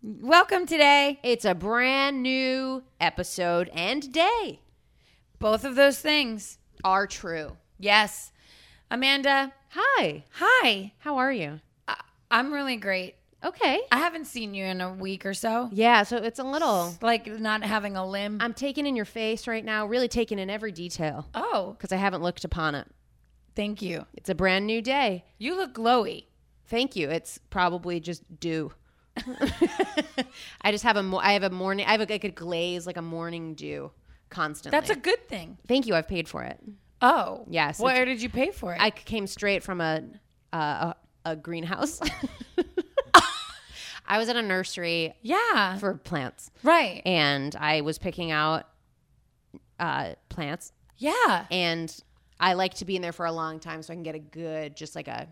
Welcome today. It's a brand new episode and day Both of those things. are true. Yes. Amanda, Hi, hi. how are you? I- I'm really great. Okay. I haven't seen you in a week or so. Yeah, so it's a little. Like not having a limb. I'm taking in your face right now, really taking in every detail oh, because I haven't looked upon it. thank you. It's a brand new day. You look glowy. Thank you. It's probably just dew. I just have a mo- I have a morning I have a, like a glaze like a morning dew constantly. That's a good thing. Thank you. I've paid for it. Oh. Yes, Where did you pay for it? I came straight from a uh, a, a greenhouse. I was at a nursery yeah. for plants, Right. and I was picking out uh, plants, yeah. and I like to be in there for a long time so I can get a good, just like a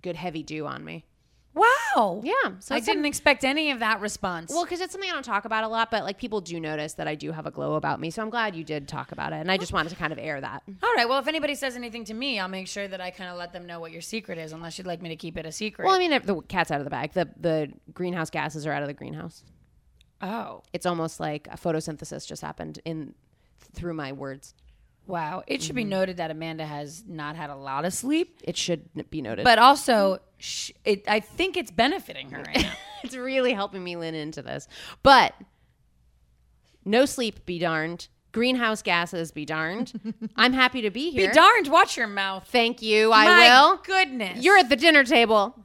good heavy dew on me. Wow. Yeah, so I it's some- didn't expect any of that response. well, because it's something I don't talk about a lot, but like people do notice that I do have a glow about me, so I'm glad you did talk about it, and I just wanted to kind of air that. all right. Well, if anybody says anything to me, I'll make sure that I kind of let them know what your secret is, unless you'd like me to keep it a secret. Well, I mean, the cat's out of the bag. The the greenhouse gases are out of the greenhouse. oh. it's almost like a photosynthesis just happened in through my words. Wow. It should be Mm-hmm. noted that Amanda has not had a lot of sleep, It should n- be noted. but also sh- it, I think it's benefiting her right now. it's really helping me lean into this. But no sleep be darned. Greenhouse gases be darned. I'm happy to be here. Be darned, watch your mouth. Thank you. I My will. goodness. You're at the dinner table.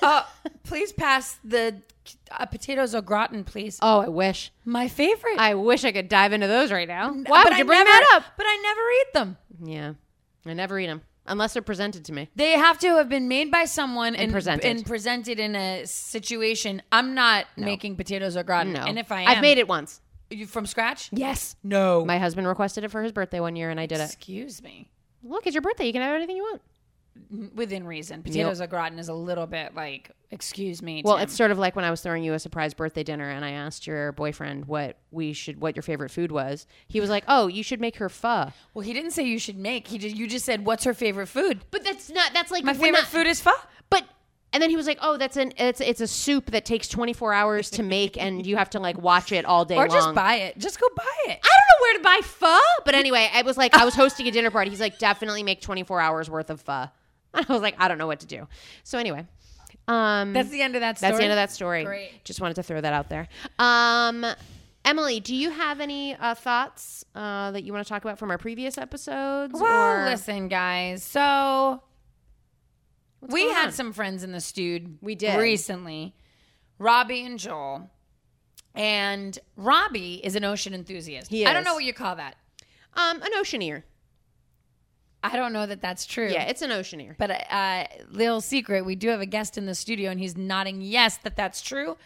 Uh, please pass the uh, potatoes au gratin, please. oh, I wish. Uh, My favorite. I wish I could dive into those right now. Why But would I you bring never- that up? But I never eat them. Yeah. I never eat them unless they're presented to me. They have to have been made by someone and, presented. and presented in a situation. I'm not making potatoes au gratin. No. And if I am, I've made it once. you from scratch. Yes. No. My husband requested it for his birthday one year and I uh, did it. Excuse me. Look, it's your birthday. You can have anything you want. within reason. Potatoes au gratin is a little bit like, excuse me. Well, Tim. it's sort of like when I was throwing you a surprise birthday dinner and I asked your boyfriend what we should what your favorite food was. He was like, "Oh, you should make her pho." well, he didn't say you should make. He just, you just said, what's her favorite food? But that's not that's like My favorite food is pho. But and then he was like, "Oh, that's an it's it's a soup that takes 24 hours to make and you have to like watch it all day Or long." just buy it. Just go buy it. I don't know where to buy pho, but anyway, I was like I was hosting a dinner party. He's like, "Definitely make 24 hours worth of pho." And I was like, "I don't know what to do." So anyway, um That's the end of that story. That's the end of that story. Great. Just wanted to throw that out there. Um, Emily, do you have any uh, thoughts uh, that you want to talk about from our previous episodes? Well, or- listen, guys. So we going had on? some friends in the stewed. We did. recently. Robbie and Joel. And Robbie is an ocean enthusiast. He I don't is. know what you call that. um, an oceaneer. I don't know that that's true. Yeah, it's an oceaneer. But uh, little secret, we do have a guest in the studio, and he's nodding yes that that's true.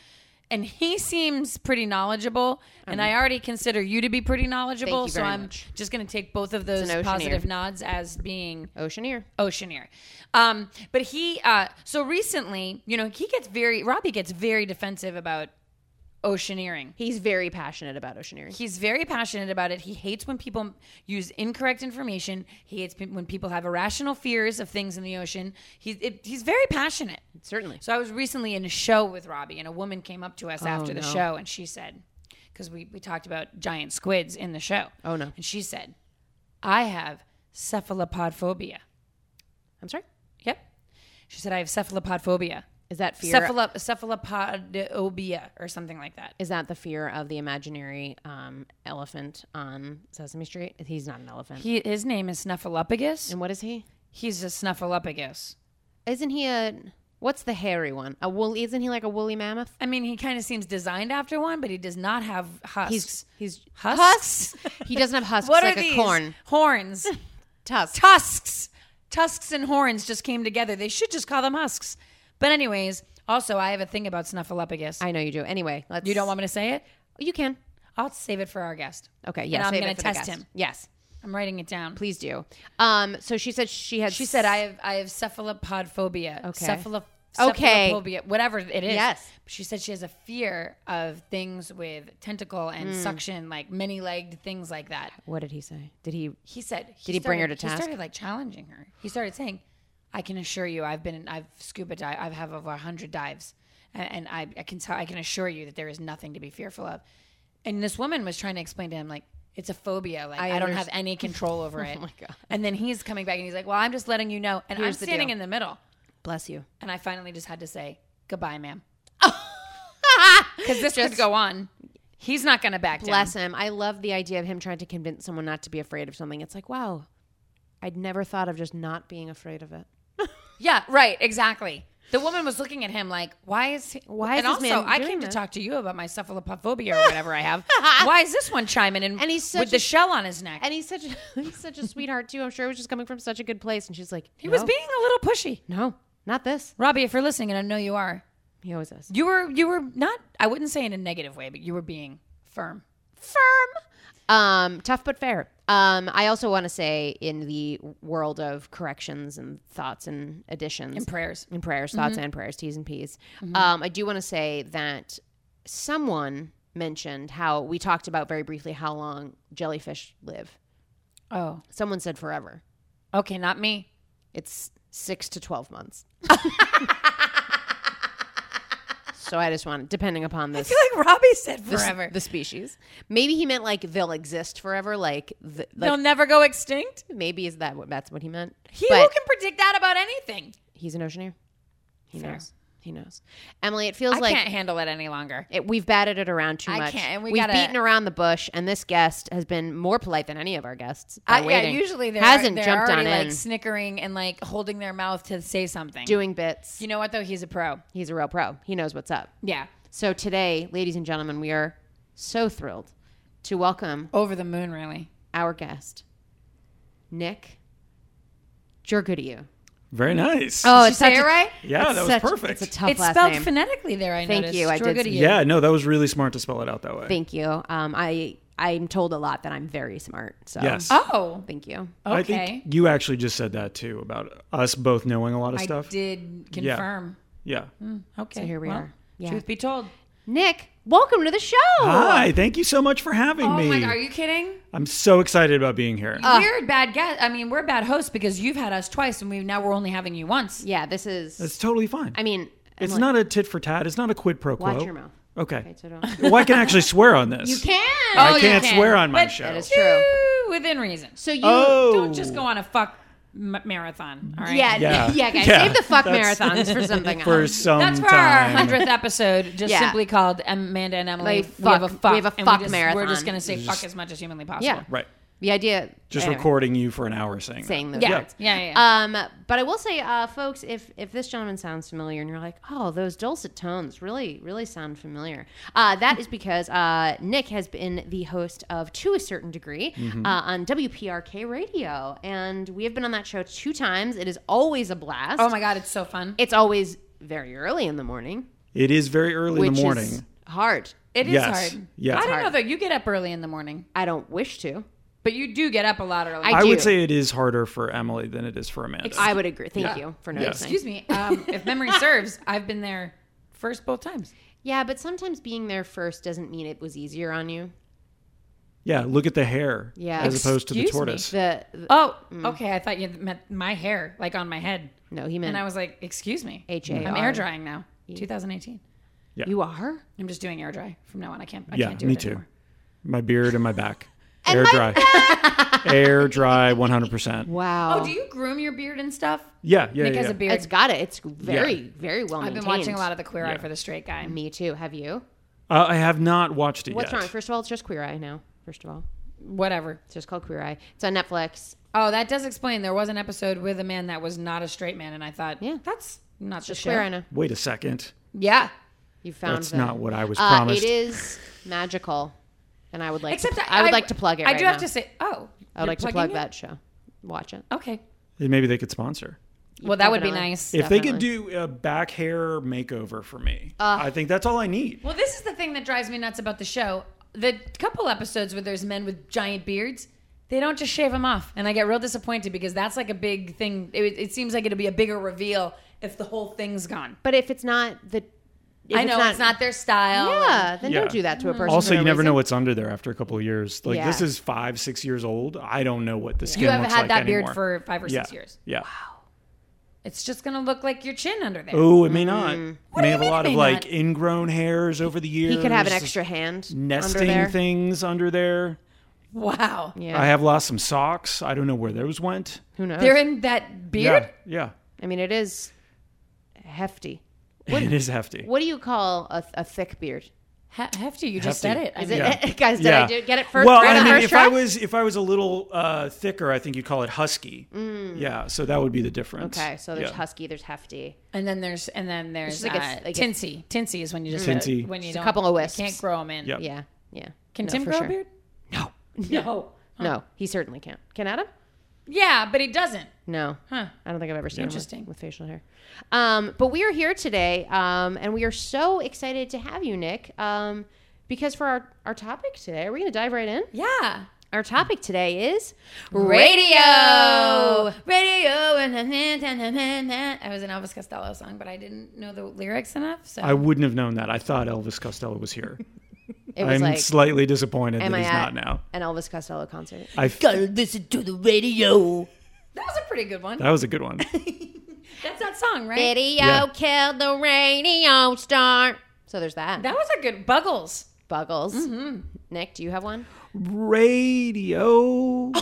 And he seems pretty knowledgeable, and I already consider you to be pretty knowledgeable. Mm-hmm. Thank you so very I'm much. just going to take both of those an oceaneer. positive nods as being Oceaneer. oceaneer. Um, but he, uh, so recently, you know, he gets very Robbie gets very defensive about oceaneering. He's very passionate about oceaneering. He's very passionate about it. He hates when people use incorrect information. He hates pe- when people have irrational fears of things in the ocean. He's it, he's very passionate. Certainly. So I was recently in a show with Robbie, and a woman came up to us after the Oh, no. show, and she said, because we we talked about giant squids in the show. Oh, no. And she said, I have cephalopod phobia. I'm sorry. Yep. She said I have cephalopod phobia. Is that fear? Cephalop- cephalopodophobia or something like that. is that the fear of the imaginary um, elephant on Sesame Street? He's not an elephant. He, his name is Snuffleupagus. and what is he? He's a Snuffleupagus. Isn't he a what's the hairy one? A wool? Isn't he like a woolly mammoth? I mean, he kind of seems designed after one, but he does not have husks. He's he's Husks? He doesn't have husks. what like are a these? corn Horns, tusk. tusks, tusks, and horns just came together. They should just call them husks. But anyways, Also, I have a thing about snuffleupagus. I know you do. Anyway, let's. Oh, you don't want me to say it? You can. I'll save it for our guest. Okay. Yes. And I'm save it gonna for the test guest. him. Yes. I'm writing it down. Please do. Um. So she said she had. She said I have I have cephalopod phobia. Okay. Cephalop- Okay. Cephalophobia, whatever it is. Yes. She said she has a fear of things with tentacle and Mm. suction, like many legged things like that. What did he say? Did he? He said Did he bring her started- to He task? started like challenging her. He started saying, I can assure you I've been I've scuba dive I've have over hundred dives. And, and I, I can tell I can assure you that there is nothing to be fearful of. And this woman was trying to explain to him like it's a phobia. Like I I, don't underst- Oh have any control over it. my God. And then he's coming back and he's like, "Well, I'm just letting you know." And Here's the I'm standing deal. in the middle. Bless you. And I finally just had to say goodbye, ma'am, because this could go on. He's not going to back down. Bless him. I love the idea of him trying to convince someone not to be afraid of something. It's like, wow, I'd never thought of just not being afraid of it. Yeah, right, exactly. The woman was looking at him like, "Why is he, Why And is this also, man I doing came this? to talk to you about my cephalopophobia or whatever I have. Why is this one chiming in? And he's such with a- the shell on his neck. And he's such a, he's such a sweetheart too. I'm sure it was just coming from such a good place. And she's like, he was being a little pushy. no, not this. Robbie, if you're listening, and I know you are, He owes us. you were you were not. I wouldn't say in a negative way, but you were being firm. firm. Um, tough but fair. Um, I also want to say, in the world of corrections and thoughts and additions in prayers. Mm-hmm. and prayers, thoughts and prayers, T's and P's, um, I do want to say that someone mentioned how we talked about very briefly how long jellyfish live. Oh, Someone said forever. okay, not me. It's six to 12 months. so I just want, depending upon this. like Robbie said the s- forever. the species. Maybe he meant like they'll exist forever. Like, the, like They'll never go extinct. Maybe is that what that's what he meant? He who but can predict that about anything. he's an oceaneer. He Fair. knows. He knows. Emily, it feels I like can't handle it any longer. it, we've batted it around too I much. can't, and we have gotta- beaten around the bush, and this guest has been more polite than any of our guests. by Uh, waiting. Yeah, usually they're, hasn't they're jumped on already, like in, snickering and like holding their mouth to say something. doing bits. you know what though? He's a pro. he's a real pro. He knows what's up. Yeah, So today, ladies and gentlemen, we are so thrilled to welcome over the moon, really. our guest, Nick Jurgudiu. Very nice. Oh, Did it's you say such it a- right? Yeah, it's that was such- It's perfect. a tough It's last spelled name. phonetically there. I Thank noticed. you, I did- Jorgodia. yeah, no, that was really smart to spell it out that way. Thank you. Um, I I'm told a lot that I'm very smart. So yes. Oh, thank you. I okay. I, think you actually just said that too about us both knowing a lot of stuff. did confirm. Yeah. Okay. So here we well, are. Yeah. Truth be told. Nick, welcome to the show. Hi, thank you so much for having Oh me. my god, are you Oh. kidding? I'm so excited about being here. Weird bad guest. I mean, we're bad hosts because you've had us twice, and we now we're only having you once. Yeah, this is. That's totally fine. I mean, it's Emily, not a tit for tat. It's not a quid pro quo. Watch your mouth. Okay. So don't. well, I can actually swear on this. You Can. Oh, I you can't can. swear on my But- show. That is true. Woo, Within reason. So you. oh. Don't just go on a fuck m- marathon. All right. Yeah. Yeah. Yeah. guys, Yeah. save the fuck That's- marathons for something else. for some That's for our time. hundredth episode, just Yeah. simply called Amanda and Emily. Like, we have a fuck. fuck. We have a and fuck just, marathon. We're just gonna say Just- fuck as much as humanly possible. Yeah. Right. The idea. Just anyway, recording you for an hour saying. that. Saying those Yeah. Yeah. words. Yeah. yeah. Um, but I will say, uh, folks, if if this gentleman sounds familiar and you're like, oh, those dulcet tones really, really sound familiar, uh, that is because uh, Nick has been the host of To a Certain Degree uh, on WPRK Radio. And we have been on that show two times. It is always a blast. oh my god, it's so fun. It's always very early in the morning, It is very early which in the morning. is hard. It is yes, hard. yes. I don't know hard. though. You get up early in the morning, I don't wish to. but you do get up a lot early. I- I would do. say it is harder for Emily than it is for Amanda. I would agree. Thank Yeah. you for Yeah. noticing. Excuse me. Um, if memory serves, I've been there first both times. Yeah, but sometimes being there first doesn't mean it was easier on you. yeah, look at the hare Yeah. as opposed to the Excuse me. tortoise. The, the Oh, okay. I thought you meant my hair, like on my head, no, he meant and I was like, "Excuse me, H A I'm R. E. air drying now." 2018. you are. I'm just doing air dry from now on. I can't. I Yeah, can't do me it too. anymore. My beard and my back. Air dry. Air dry 100%. Wow. Oh, do you groom your beard and stuff? Yeah, yeah, Nick yeah. has yeah. a beard. It's got it. It's very, very well I've maintained. been watching a lot of the Queer Eye Yeah. for the Straight Guy. Me too. Have you? Uh, I have not watched it What's yet. wrong? First of all, it's just Queer Eye now. First of all, Whatever. it's just called Queer Eye. It's on Netflix. Oh, that does explain. There was an episode with a man that was not a straight man, and I thought, Yeah. yeah, that's not the Just show. Queer Eye now. Wait a second. Yeah. You found That's the- not what I was Uh, it promised. is magical, and I would like. Except to, I, I would like to plug it. I right do now. have to say, oh, I you're would like to plugging plug it? that show. Watch it. Okay. Maybe they could sponsor. Well, that would be Definitely. nice. If they could Definitely. do a back hair makeover for me, I think that's all I need. Well, this is the thing that drives me nuts about the show. The couple episodes where there's men with giant beards, they don't just shave them off, and I get real disappointed because that's like a big thing. It, it seems like it'll be a bigger reveal if the whole thing's gone. But if it's not the, if I know it's not, Mm. their style. Yeah, then Yeah. don't do that to a person. Also, for you no never know reason. what's under there after a couple of years. Like Yeah. this is five, six years old. I don't know what the skin You haven't looks had like that anymore. beard for five or yeah. six years. Yeah. It's just gonna look like your chin under there. Oh, it may not. Mm-hmm. do may you have mean a lot it of may like not? ingrown hairs over the years. He could have an extra hand nesting under there. things under there. Wow, Yeah. I have lost some socks. I don't know where those went. Who knows? they're in that beard. Yeah, I mean, it is hefty. yeah. it is hefty. What do you call a, a thick beard? He- hefty, you just Hefty. said it. I Is mean, Yeah. it guys? Did I do, get it first? Well, right I on mean, first if try? I was if I was a little uh, thicker, I think you'd call it husky. Yeah, so that would be the difference. Mm. okay, so there's yeah. husky, there's hefty. And then there's and then there's like like a- uh, like a- tinsy. Tinsy is when you just Tinsy. when you a don't, couple of you wisps. Can't grow them in. Yep. Yeah, yeah. Can No, Tim for grow sure. a beard? No, No. no, he certainly can't. Can Adam? Yeah, but he doesn't. No. Huh. I don't think I've ever seen interesting Interesting. with facial hair. Um, but we are here today, um, and we are so excited to have you, Nick, um, because for our, our topic today, are we going to dive right in? Yeah. Our topic today is Radio, radio, and na- na- na- na- na- I was an Elvis Costello song, but I didn't know the lyrics enough. So I wouldn't have known that. I thought Elvis Costello was here. It was I'm like, slightly disappointed am that I he's at not now. an Elvis Costello concert? I f- gotta listen to the radio. That was a pretty good one. that was a good one. That's that song, right? Radio Yeah. killed the radio star. So there's that. That was a good Buggles. Buggles. Mm-hmm. Nick, do you have one? Radio.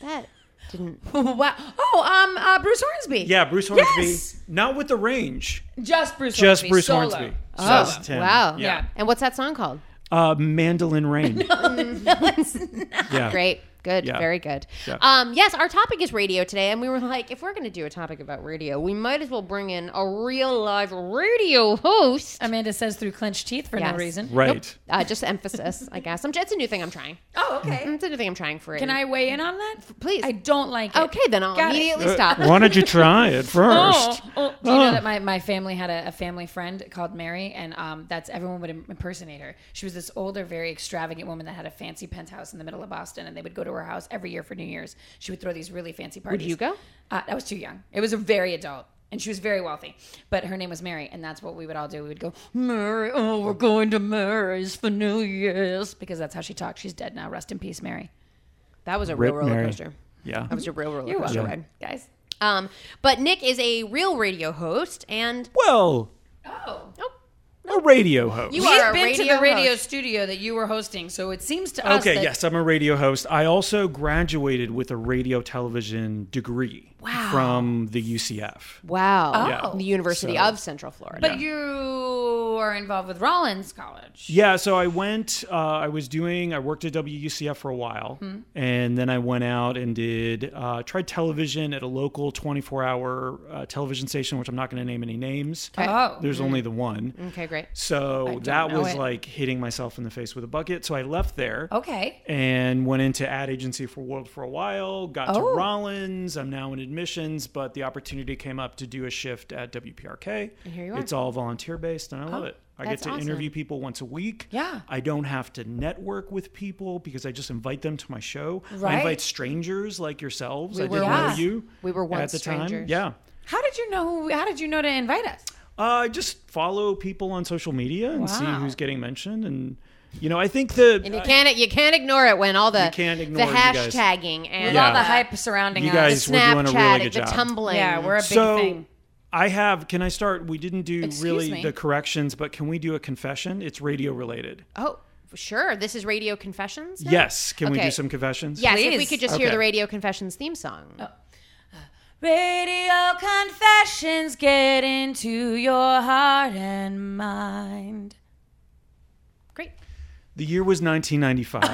That didn't. wow. Oh, um, uh, Bruce Hornsby. Yeah, Bruce Hornsby. Yes! Not with the range. Just Bruce. Just Hornsby, Bruce solo. Hornsby. Oh, Just him. wow. Yeah. And what's that song called? Uh, Mandolin Rain. yeah. Great. Good. Yeah. Very good. Yeah. Um, yes, our topic is radio today. And we were like, if we're going to do a topic about radio, we might as well bring in a real live radio host. Amanda says through clenched teeth for Yes. no reason. Right. Uh, just emphasis, I guess. I'm, it's a new thing I'm trying. Oh, Mm-hmm. okay. It's a new thing I'm trying for. Can I weigh in on that? Please. I don't like it. Okay, then I'll Got it. immediately Uh, stop. Why don't you try it first? Oh, oh. Do you know that my, my family had a, a family friend called Mary, and um, that's everyone would im- impersonate her. She was this older, very extravagant woman that had a fancy penthouse in the middle of Boston, and they would go to her house every year for New Year's. She would throw these really fancy parties. you go? Uh, I was too young. It was a very adult. And she was very wealthy, but her name was Mary, and that's what we would all do. We would go, Mary, oh, we're going to Mary's for New Year's, because that's how she talked. She's dead now. Rest in peace, Mary. That was a Rip real roller Mary. coaster. Yeah. That was a real roller You're coaster welcome, ride. guys. Um, but Nick is a real radio host, and Well, Oh, a radio host. You We've are a been to radio the radio host. studio that you were hosting, so it seems to us. okay, that- yes, I'm a radio host. I also graduated with a radio television degree from the UCF. Oh. wow, Yeah. the University So- of Central Florida. But you are involved with Rollins College. Yeah, so I went. Uh, I was doing. I worked at WUCF for a while, Hmm. and then I went out and did uh, tried television at a local 24-hour uh, television station, which I'm not going to name any names. Oh, Mm. There's only the one. okay, great. So that know was it. like hitting myself in the face with a bucket. So I left there. okay. and went into ad agency for World for a while, got Oh. to Rollins. I'm now in admissions, but the opportunity came up to do a shift at WPRK. here you are. Oh, It's all volunteer based, and I love it. I get that's to awesome. interview people once a week. Yeah. I don't have to network with people because I just invite them to my show. I Right. invite strangers like yourselves. I were didn't know once- you. we were at once the time. strangers. Yeah. How did you know? How did you know to invite us? Uh, I just follow people on social media and see Wow. who's getting mentioned, and you know, I think the And you can't you can't ignore it when all the You can't the ignore it, you guys. hashtagging and Yeah. All the hype surrounding You us. guys- the We're doing a really Snapchat, good the job. tumbling. yeah, we're a big so thing. I have. Can I start? We didn't do Excuse really me. the corrections, but can we do a confession? It's radio related. oh sure. This is Radio Confessions. now? Yes. Can we Okay. do some confessions? Yes, if Please. we could just hear Okay. the Radio Confessions theme song. Radio confessions get into your heart and mind. Great. The year was 1995.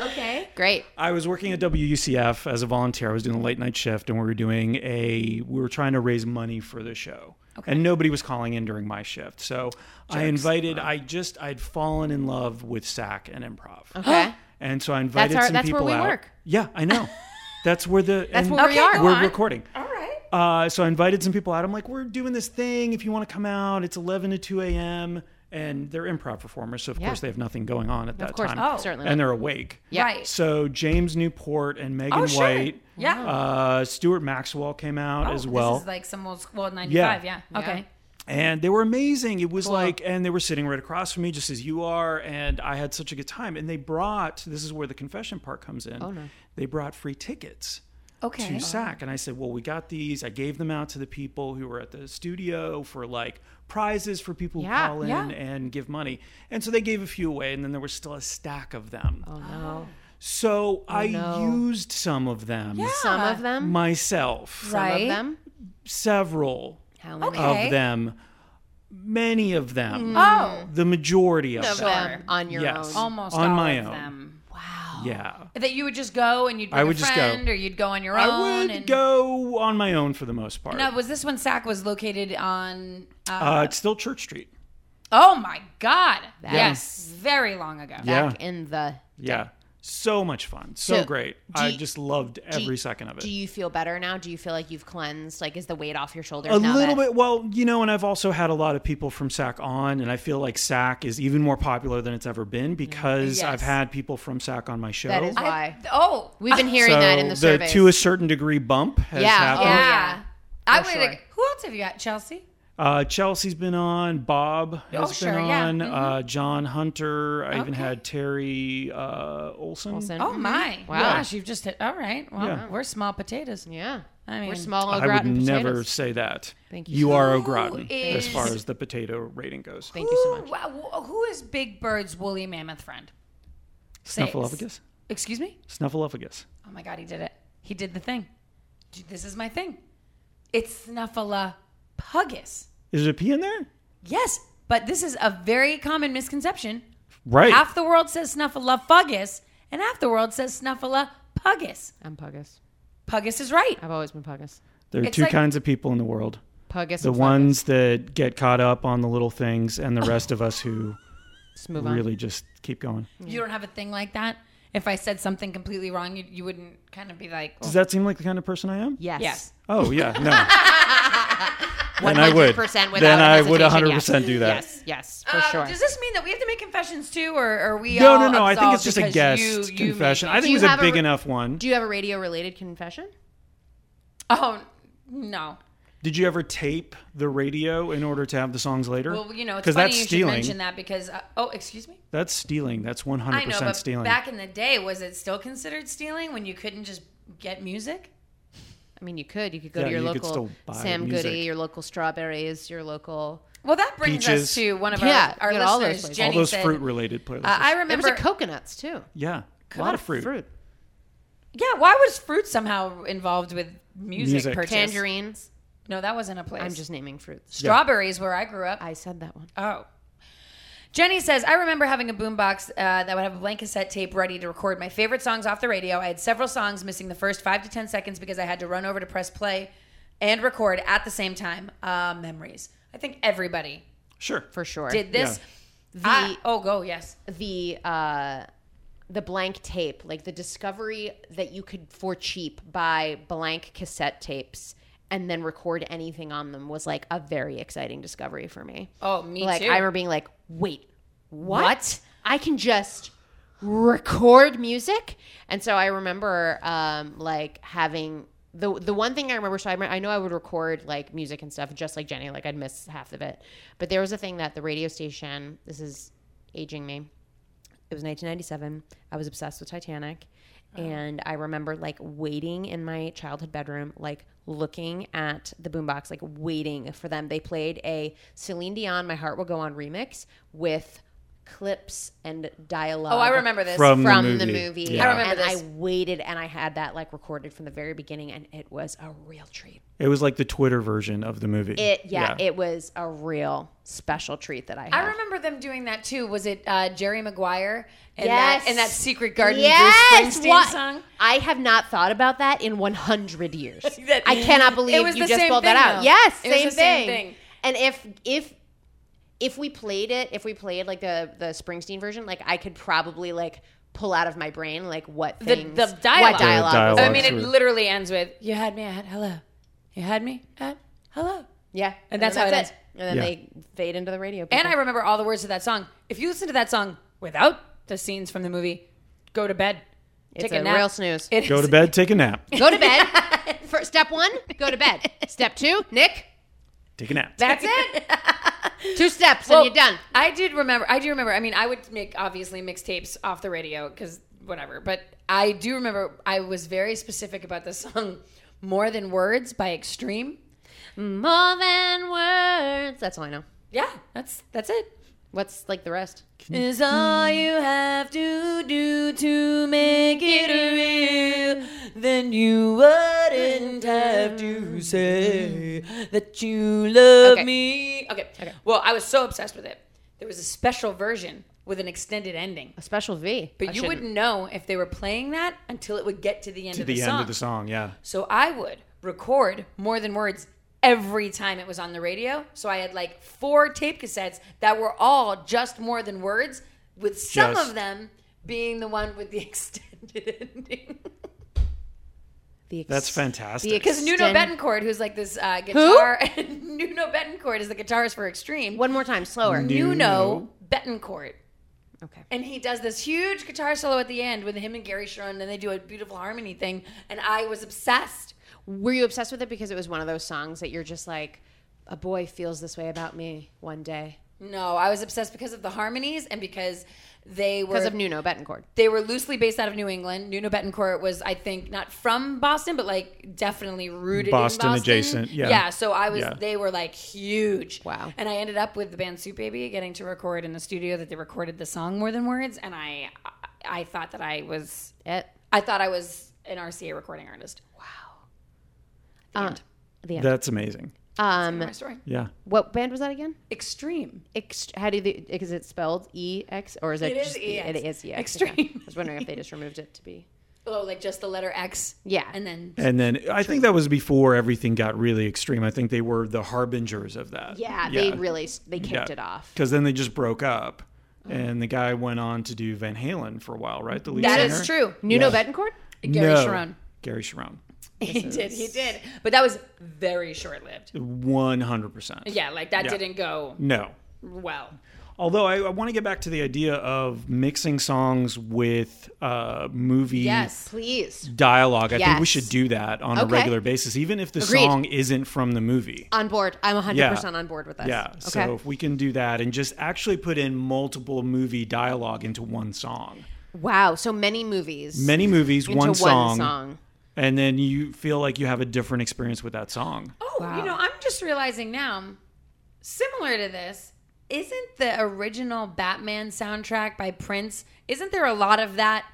Okay. Great. I was working at WUCF as a volunteer. I was doing a late night shift, and we were doing a. We were trying to raise money for the show, and nobody was calling in during my shift. So I invited. I just I'd fallen in love with SAC and improv. Okay. And so I invited our- some Oh. that's where people we out. work. Yeah, I know. That's where the That's and where we are. We're on. recording. All right. Uh, so I invited some people out. I'm like, we're doing this thing. If you want to come out, it's 11 to 2 a.m. And they're improv performers, so of Yeah. course they have nothing going on at that Of course, time, Oh. certainly. and they're awake. Yeah. Right. So James Newport and Megan Oh, sure. White, Yeah. uh, Stuart Maxwell came out Oh, as well, This is like some old school 95. Yeah. Yeah. Okay. and they were amazing. It was like, and they were sitting right across from me, just as you are, and I had such a good time. And they brought this is where the confession part comes in. Oh no. They brought free tickets Okay. to SAC. And I said, Well, we got these. I gave them out to the people who were at the studio for like prizes for people Yeah, who call in yeah. and give money. And so they gave a few away, and then there was still a stack of them. Oh no. So Oh, I no. used some of them Some of them. myself, Some Right. of them. several How many? Okay. of them, many of them, Oh, the majority of Of them. them on your Yes. own. almost On all my of own. them. Wow. Yeah. That you would just go and you'd bring I would a just go. friend, or you'd go on your own. I would and, go on my own for the most part. Now, was this when SAC was located on? Uh, uh, it's still Church Street. oh my God! Yeah. Yes, very long ago. Yeah. Back in the. Yeah. So much fun. So, So, great. do I you- just loved Do you- every second of it. Do you feel better now? Do you feel like you've cleansed? Like, is the weight off your shoulders? a now little that- bit. Well, you know, and I've also had a lot of people from SAC on, and I feel like SAC is even more popular than it's ever been because Yes. I've had people from SAC on my show. Mm, That is I- why oh, we've been hearing so that in the, surveys. to a certain degree bump has Yeah. happened. Oh, yeah. yeah. I would. For sure. Who else have you got? Chelsea. Uh, Chelsea's been on. Bob Oh, has been sure, yeah. on. Mm-hmm. Uh, John Hunter. I even Okay. had Terry uh, Olson. Olsen. Oh my! Mm-hmm. Wow. Gosh, you've just hit. All right. Well, Yeah. we're small potatoes. Yeah. I mean, We're small au I would gratin potatoes. never say that. Thank you. You are au Who gratin as far is- as the potato rating goes. Thank you so Who- much. wow, uh, who is Big Bird's woolly mammoth friend? Say it. Snuffleupagus. Excuse me? Snuffleupagus. Oh my God, he did it. He did the thing. Dude, This is my thing. It's Snuffleupagus. Is there a P in there? Yes, but this is a very common misconception. Right. Half the world says Snuffleupagus, and half the world says Snuffleupagus. I'm Puggus. Pugus is right. I've always been Puggus. there are it's two like- kinds of people in the world. Puggus. The and Puggus. ones that get caught up on the little things and the Oh. rest of us who Let's move on. really just keep going. You don't have a thing like that. If I said something completely wrong, you, you wouldn't kind of be like, Does that seem like the kind of person I am? Yes. yes. Oh, yeah. No. then I would. 100% without Then a I would hesitation, 100% yes. do that. Yes. Yes. For Um, sure. Does this mean that we have to make confessions too, or are we? No, all no, no. I absolved think it's just a because guest you- you made confession. it? I think Do it you was a have a big re- enough one. Do you have a radio related confession? Oh no. Did you ever tape the radio in order to have the songs later? Well, you know, it's 'Cause funny that's you should stealing. mention that because uh, oh, excuse me. That's stealing. That's 100% I know, but stealing. back in the day, was it still considered stealing when you couldn't just get music? I mean, you could. You could go Yeah, to your you could local still buy Sam music. Goody, your local Strawberries, your local. Well, that brings us Peaches. to one of Yeah, our, you our know, all those listeners, places. Jenny All those said, fruit related playlists. Uh, I There remember. was a coconuts too. yeah. A lot of fruit. yeah, why was fruit somehow involved with music, Music. purchase? Tangerines. No, that wasn't a place. I'm just naming fruits. strawberries where I grew up. I said that one. Oh. Jenny says, I remember having a boombox uh, that would have a blank cassette tape ready to record my favorite songs off the radio. I had several songs missing the first five to 10 seconds because I had to run over to press play and record at the same time. Uh, memories. I think everybody Sure. For sure. did this. the I- oh, go, yes. the uh the blank tape, like the discovery that you could for cheap buy blank cassette tapes and then record anything on them was like a very exciting discovery for me. Oh, me like too. I remember being like, "Wait, what? I can just record music?" And so I remember um like having the the one thing I remember so I, remember, I know I would record like music and stuff just like Jenny, like I'd miss half of it. But there was a thing that the radio station, this is aging me it was 1997 i was obsessed with titanic and i remember like waiting in my childhood bedroom like looking at the boombox like waiting for them they played a celine dion my heart will go on remix with clips and dialogue oh, I remember this. From, from the the movie. movie, Yeah. I remember and this. I waited, and I had that like recorded from the very beginning, and it was a real treat. It was like the Twitter version of the movie. It, yeah, it was a real special treat that I had. I remember them doing that too. Was it uh, Jerry Maguire? And Yes. That, and that Secret Garden Bruce Springsteen what- song? I have not thought about that in 100 years. That- I cannot believe It was you the just same pulled thing, that out. though. Yes, It same, was the same thing. thing. And if if if we played it, if we played like the the Springsteen version, like I could probably like pull out of my brain like what the things, dialogue. what The dialogue. was- I dialogue. mean, it Sure. literally ends with "You had me at hello, you had me at hello," yeah, And that's then how it ends. And then Yeah. they fade into the radio. and people. I remember all the words of that song. If you listen to that song without the scenes from the movie, go to bed. It's Take a, a nap. real snooze. It Go is- to bed, take a nap. go to bed. For step one, go to bed. Step two, Nick, Take a nap. that's it. Two steps Well, and you're done. I did remember. I do remember. I mean, I would make obviously mixtapes off the radio because whatever. But I do remember. I was very specific about the song "More Than Words" by Extreme. More than words. That's all I know. Yeah, that's that's it. What's like the rest? Is all you have to do to make it real. Then you wouldn't have to say that you love Okay. me. Okay. okay. Well, I was so obsessed with it. There was a special version with an extended ending. A special V. But I you shouldn't. wouldn't know if they were playing that until it would get to the end, To of, the the song. end of the song, yeah. So I would record more than words every time it was on the radio. So I had like four tape cassettes that were all just more than words, with some Just. of them being the one with the extended ending. The ex- That's fantastic. Because Nuno Extend- Betancourt, who's like this uh, guitar, Nuno Betancourt is the guitarist for Extreme. One more time, slower. Nuno Betancourt. Okay. And he does this huge guitar solo at the end with him and Gary Sharon, and they do a beautiful harmony thing. And I was obsessed. Were you obsessed with it because it was one of those songs that you're just like, a boy feels this way about me one day No, I was obsessed because of the harmonies and because they were because of Nuno Betancourt? they were loosely based out of New England. Nuno Betancourt was, I think, not from Boston, but like definitely rooted Boston in Boston adjacent, yeah. yeah. So I was, Yeah. they were like huge. Wow. And I ended up with the band Soup Baby getting to record in the studio that they recorded the song more than words, and I, I thought that I was, It. I thought I was an RCA recording artist. Uh, the end. That's amazing. um, My story. Yeah. what band was that again? Extreme. Ex- how do the is it spelled E X or is it? It is just, EX. It is EX. Extreme. okay. I was wondering if they just removed it to be. Oh, like just the letter X. Yeah. And then And then I think that was before everything got really extreme. I think they were the harbingers of that. Yeah, they really they kicked it off. Because then they just broke up. And the guy went on to do Van Halen for a while, right? The lead That singer? is true. Nuno Betancourt. Gary no. Sharon. Gary Sharon. He did. He did. But that was very short lived. 100%. Yeah, like that Yeah. didn't go No. well. Although I, I want to get back to the idea of mixing songs with uh, movie Yes. Please dialogue. I think we Yes. should do that on a Okay. regular basis, even if the Agreed. song isn't from the movie. on board. I'm 100 Yeah. percent on board with this. Yeah. Okay. So if we can do that and just actually put in multiple movie dialogue into one song, wow. So many movies. many movies, into one, song, song. and then you feel like you have a different experience with that song. Oh, you know, I'm just realizing now, similar to this, isn't the original Batman soundtrack by Prince, isn't there a lot of that?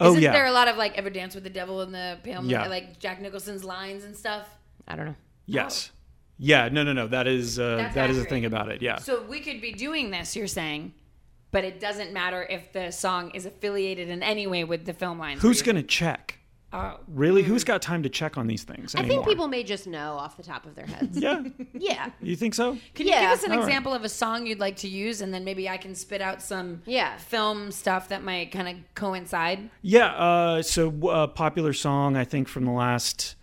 Oh, Isn't yeah. there a lot of like ever dance with the devil in the pale moon, Yeah. like Jack Nicholson's lines and stuff? I don't know. Yes. Yeah. No. No. No. That is uh, That's that is the accurate. thing about it. Yeah. So we could be doing this, you're saying, but it doesn't matter if the song is affiliated in any way with the film lines. Who's gonna check? Oh, Really? Who's got time to check on these things Mm. I anymore? think people may just know off the top of their heads. Yeah. yeah. You think so? Can you Yeah. give us an All right. example of a song you'd like to use, and then maybe I can spit out some Yeah. film stuff that might kind of coincide? Yeah. Uh, so uh, popular song I think from the last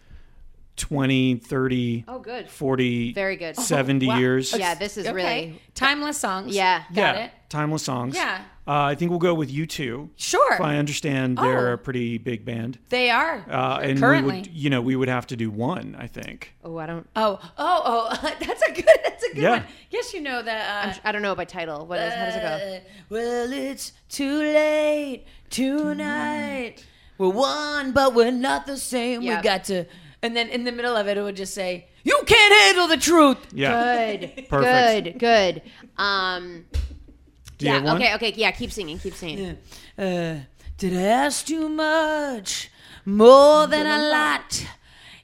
20, 30, Oh, good. 40, Very good. Oh, 70 years. Yeah. This is really. timeless songs. Yeah. got yeah, it. Timeless songs. Yeah. Uh, I think we'll go with you two. Sure, If I understand, they're Oh. a pretty big band. they are Uh, and currently. we would, you know, we would have to do one. I think. Oh, I don't. oh, oh, oh, that's a good, that's a good Yeah. one. Yes, you know the. Uh, I don't know by title. What is? How does it go? uh, well, it's too late tonight. We're one, but we're not the same. Yeah. We got to, and then in the middle of it, it would just say, "You can't handle the truth." Yeah. Good. Perfect. Good. Good. Um. Do you yeah. have one? Okay. Okay. Yeah. Keep singing. Keep singing. Uh, did I ask too much? More than a lot.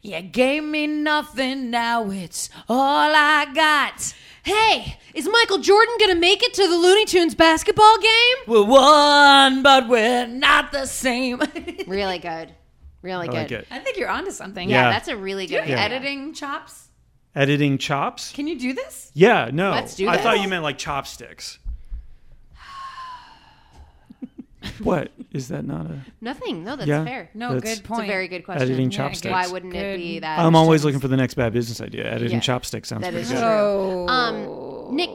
You gave me nothing, now it's all I got. Hey, is Michael Jordan gonna make it to the Looney Tunes basketball game? We're one, but we're not the same. I Really good. Really I good. like it. think you're onto something. Yeah, Yeah. That's a really good. You have idea. Editing chops. Editing chops. Can you do this? Yeah. No. Let's do I this. thought you meant like chopsticks. What is that? Not a Nothing. No, that's yeah. fair. No, That's good It's point. a very good question. Editing Yeah, chopsticks. Why wouldn't it be Good. that? I'm always looking for the next bad business idea. Editing Yeah. chopsticks sounds That pretty is good. true. Oh. Um, Nick,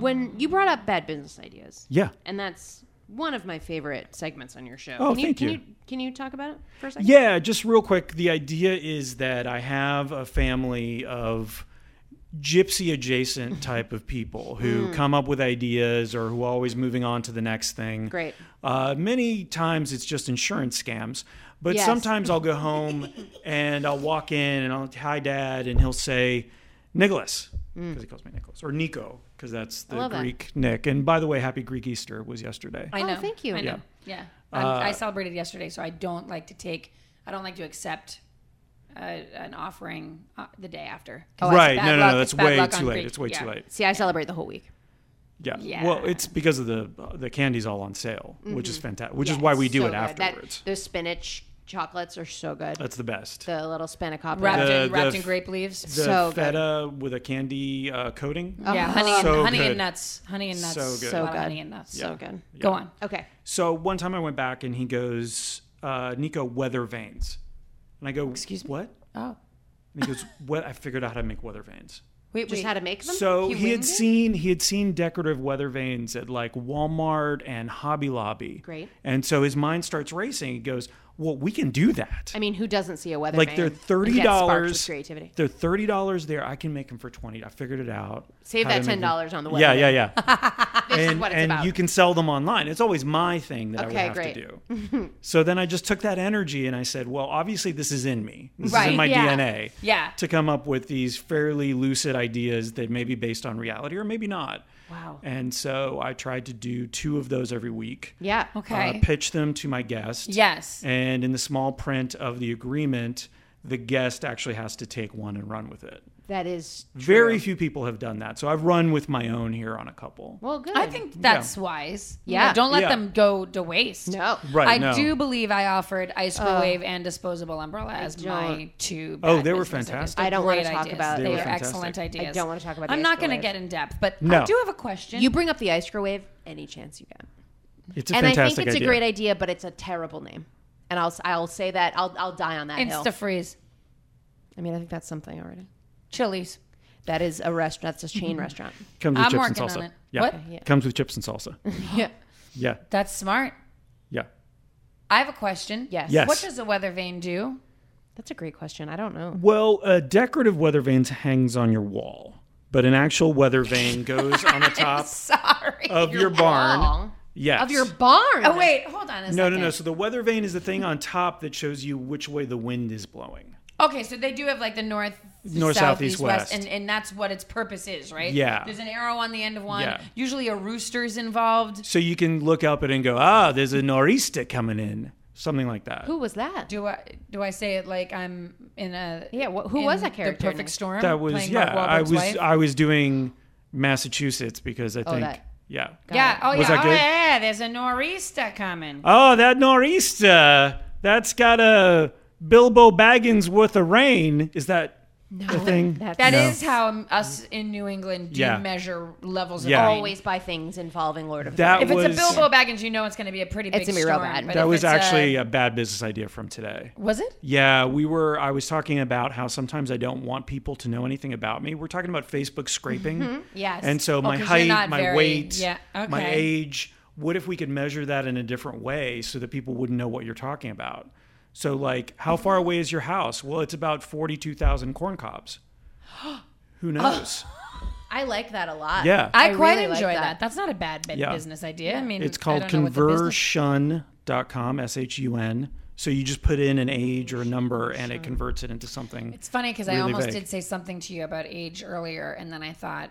when you brought up bad business ideas, Yeah. and that's one of my favorite segments on your show. Oh, can you, thank can you. Can you talk about it for a second? Yeah, just real quick. The idea is that I have a family of gypsy adjacent type of people who Hmm. come up with ideas or who are always moving on to the next thing. Great. Uh, many times it's just insurance scams, but Yes. sometimes I'll go home and I'll walk in and I'll hi dad and he'll say Nicholas because he calls me Nicholas or Nico because that's the love that. Greek Nick. And by the way, happy Greek Easter was yesterday. I Oh, know. thank you. I know. Yeah. Uh, Yeah. I'm I celebrated yesterday, so I don't like to take, I don't like to accept uh, an offering uh, the day after. Oh, 'Cause it's right? bad No, no, luck- no. it's That's bad way luck on too late. Greek. It's way Yeah. too late. See, I celebrate the whole week. Yeah. Yeah. Well, it's because of the uh, the candy's all on sale, which is fantastic. Which is why we do So it good. afterwards. That, those spinach chocolates are so good. That's the best. the little spanakopita. Wrapped, The- in, wrapped the- in grape leaves. the so good. Oh, feta with a candy uh, coating. yeah, honey, So and, honey good. and nuts. Honey and nuts. So good. A so lot good. of honey and nuts. So good. Go on. Okay. So one time I went back and he goes, uh, Nico, weather vanes, and I go, Excuse me? what? Oh. And he goes, What? I figured out how to make weather vanes. Wait, Just wait. how to make them? So He he had winged it? seen he had seen decorative weather vanes at like Walmart and Hobby Lobby. Great. And so his mind starts racing. He goes, Well, we can do that. I mean, who doesn't see a weather? like they're thirty dollars. Creativity. They're thirty dollars there. I can make them for twenty. I figured it out. Save How that to make ten them- dollars on the Yeah, weather. yeah, yeah. This and is what it's and about. you can sell them online. It's always my thing that I would Okay, have great. to do. so then I just took that energy and I said, well, obviously this is in me. This is Right, in my yeah. DNA. Yeah. To come up with these fairly lucid ideas that may be based on reality or maybe not. Wow. And so I tried to do two of those every week. yeah. Okay. Uh, pitch them to my guest. yes. And in the small print of the agreement, the guest actually has to take one and run with it. That is Very true. few people have done that. So I've run with my own here on a couple. Well, good. I think that's wise. You Yeah. know, don't let Yeah. them go to waste. no. Oh. Right, I no. do believe I offered ice cream wave and disposable umbrella as my two. Oh, bad they were business ideas. fantastic. They're I don't wanna great talk ideas. about- They, They were are fantastic. excellent ideas. I don't wanna talk about the I'm ice not cream going to wave. get in depth, but No. I do have a question. You bring up the ice cream wave any chance you get. It's a and I think fantastic it's idea. a great idea, but it's a terrible name. And I'll I'll say that I'll I'll die on that hill. Insta freeze, I mean, I think that's something already. chilies. That is a restaurant. That's a Mm-hmm. chain restaurant. Comes with I'm chips and working salsa. on it. Yeah. What? Yeah. Comes with chips and salsa. Yeah. yeah. That's smart. Yeah. I have a question. Yes. Yes. What does a weather vane do? That's a great question. I don't know. Well, a decorative weather vane hangs on your wall, but an actual weather vane goes on the top Sorry. of your barn. Wall. Yes. Of your barn. oh wait, hold on a No, second. no, no. So the weather vane is the thing on top that shows you which way the wind is blowing. Okay, so they do have like the north, North, south, southeast, east, west, west. and and that's what its purpose is, right? Yeah. There's an arrow on the end of one. Yeah. Usually a rooster's involved. So you can look up it and go, ah, there's a nor'easter coming in, something like that. Who was that? Do I do I say it like I'm in a Yeah, wh- who in was that character The in it? perfect storm. that was playing yeah. Mark I Wahlberg's was uh, wife? Oh, I was doing Massachusetts because I think that. yeah. yeah. Oh Was yeah. that Oh good? yeah. There's a nor'easter coming. Oh, that nor'easter. That's got a Bilbo Baggins worth of rain. Is that the thing? That's- That is No. how um, us in New England do Yeah. measure levels of Yeah. rain. always buy things involving Lord of That the If it's a was- Bilbo Baggins, you know it's going to be a pretty big It's gonna be real storm, bad. but That if was it's a- actually a bad business idea from today. was it? Yeah, we were. I was talking about how sometimes I don't want people to know anything about me. We're talking about Facebook scraping. Yes. And so Oh, my 'cause you're height, not my very- weight, yeah, my okay. age. What if we could measure that in a different way so that people wouldn't know what you're talking about? So, like, how far away is your house? Well, it's about 42,000 corn cobs. Who knows? I like that a lot. Yeah. Oh. I, I quite really like enjoy that. that. That's not a bad bit Yeah. business idea. I mean, It's I called don't know what the business- conversion.com, S H U N. So you just put in an age or a number and it converts it into something. It's funny because I really almost vague. did say something to you about age earlier, and then I thought,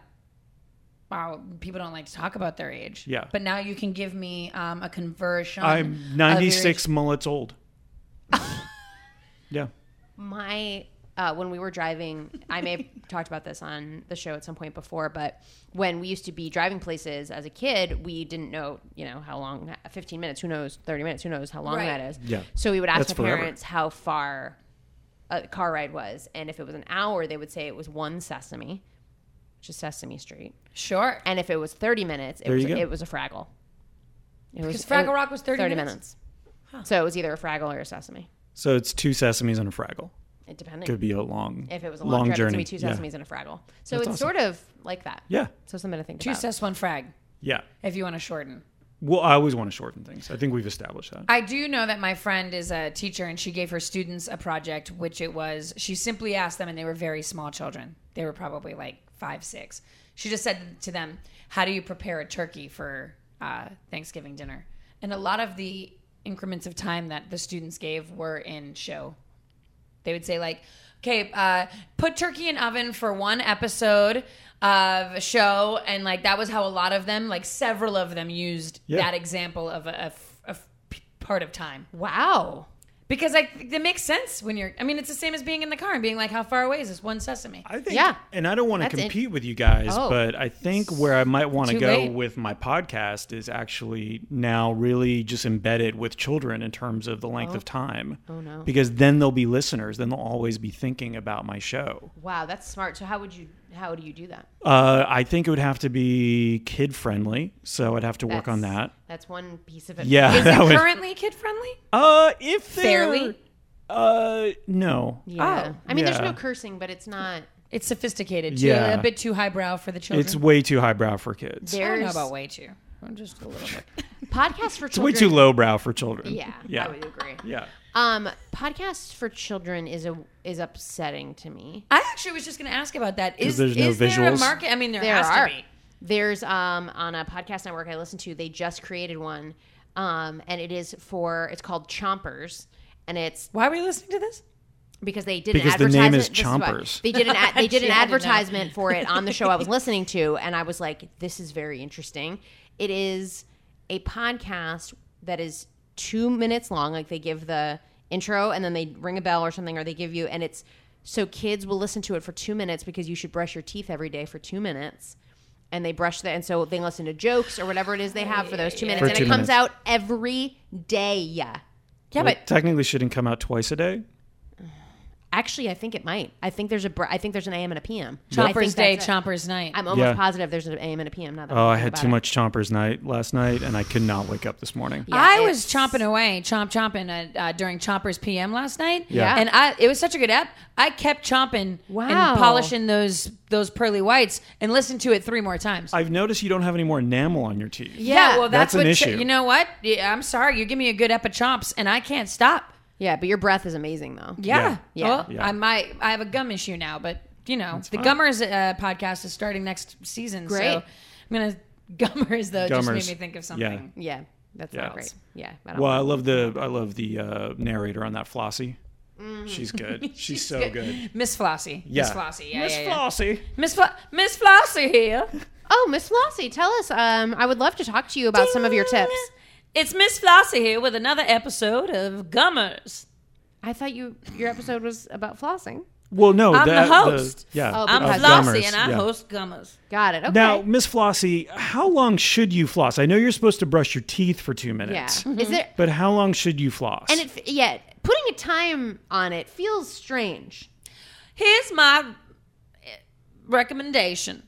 wow, people don't like to talk about their age. Yeah. But now you can give me um, a conversion. of I'm your 96 mullets old. yeah. my uh, when we were driving i may have talked about this on the show at some point before but when we used to be driving places as a kid we didn't know you know how long 15 minutes who knows 30 minutes who knows how long Right. that is Yeah. so we would ask That's the forever. parents how far a car ride was and if it was an hour they would say it was one sesame which is sesame street Sure. and if it was 30 minutes it, There was, you go. it was a fraggle It was, Because Fraggle it- Rock was 30 minutes? So it was either a Fraggle or a Sesame. So it's two sesemes and a fraggle. It depended. Could be a long if it was a long, trip, journey. it's going to be two Yeah. sesames and a Fraggle. So it's That's awesome. sort of like that. Yeah. So something to think Two about. cess, one frag. Yeah. If you want to shorten. Well, I always want to shorten things. I think we've established that. I do know that my friend is a teacher and she gave her students a project, which it was, she simply asked them, and they were very small children. They were probably like five, six. She just said to them, How do you prepare a turkey for uh, Thanksgiving dinner? And a lot of the increments of time that the students gave were in show they would say like, okay, uh, put turkey in oven for one episode of a show, and like that was how a lot of them, like several of them, used Yeah. that example of a, a f- a f- p- part of time wow. because like that makes sense when you're. I mean, it's the same as being in the car and being like, how far away is this one sesame? I think, Yeah. and I don't want to That's it. compete with you guys, Oh. but I think where I might want to Too go late. with my podcast is actually now really just embed it with children in terms of the length of time. Oh no. Because then they'll be listeners. Then they'll always be thinking about my show. Wow, that's smart. So how would you how do you do that? Uh, I think it would have to be kid friendly, so I'd have to work on That's- that. That's one piece of it. Yeah, Is it that would- currently kid friendly? uh, if they're- Fairly, uh, no, Yeah. Oh. I mean, there's Yeah. no cursing, but it's not. it's sophisticated. Too, Yeah. a bit too highbrow for the children. it's way too highbrow for kids. I don't know There's about way too. I'm just a little bit. podcasts for It's way children. too lowbrow for children. Yeah, yeah, I would agree. yeah. Um, podcasts for children is a is upsetting to me. I actually was just going to ask about that. Is, there's no is there a visuals. market? I mean, there, There has are. to be. There's um on a podcast network I listen to, they just created one, um, and it is for it's called Chompers, and it's Why were you listening to this? because they did an Because the advertisement. name is this why- Chompers. they did an ad, they did She an had to know. advertisement for it on the show I was listening to, and I was like, "This is very interesting." It is a podcast that is two minutes long. Like they give the intro, and then they ring a bell or something, or they give you, and it's so kids will listen to it for two minutes because you should brush your teeth every day for two minutes. And they brush that, and so they listen to jokes or whatever it is they have for those two minutes, For and two it comes out minutes. every day. Yeah, Yeah, Well, technically shouldn't come out twice a day. Actually, I think it might. I think there's a. br- I think there's an AM and a PM. I think Chomper's Day, that's it. Chomper's Night. I'm almost Yeah. positive there's an AM and a PM. Now that Oh, I I think had about too it. much Chompers night last night, and I could not wake up this morning. Yeah, I was it's- chomping away, chomp chomping uh, uh, during Chomper's PM last night. Yeah. and I it was such a good app. I kept chomping Wow. and polishing those those pearly whites and listened to it three more times. I've noticed you don't have any more enamel on your teeth. yeah, well, That's that's, an what issue. you know. What yeah, I'm sorry, you give me a good ep of chomps and I can't stop. Yeah, but your breath is amazing though. Yeah, Yeah. Well, Yeah. I might I have a gum issue now, but you know the Gummers uh, podcast is starting next season. Great. so I'm gonna Gummers though. Just Gummers. made me think of something. Yeah. Yeah, that's Yeah. not great. Yeah. I don't Well, I love the I love the uh, narrator on that, Flossie. She's good. She's, so good. Miss Flossie. Yeah, Mm. Miss Flossie. Yeah, Miss yeah, yeah. Flossie. Miss, Flo- Miss Flossie here. oh, Miss Flossie, tell us. Um, I would love to talk to you about some of your tips. It's Miss Flossie here with another episode of Gummers. I thought you your episode was about flossing. Well, no, I'm the that- host. yeah, Oh, I'm Uh, Flossie Gummers, and I yeah. host Gummers. Got it. Okay. Now, Miss Flossie, how long should you floss? I know you're supposed to brush your teeth for two yeah. minutes, Is there? but how long should you floss? And it. f- Yeah. Putting a time on it feels strange. Here's my eh, recommendation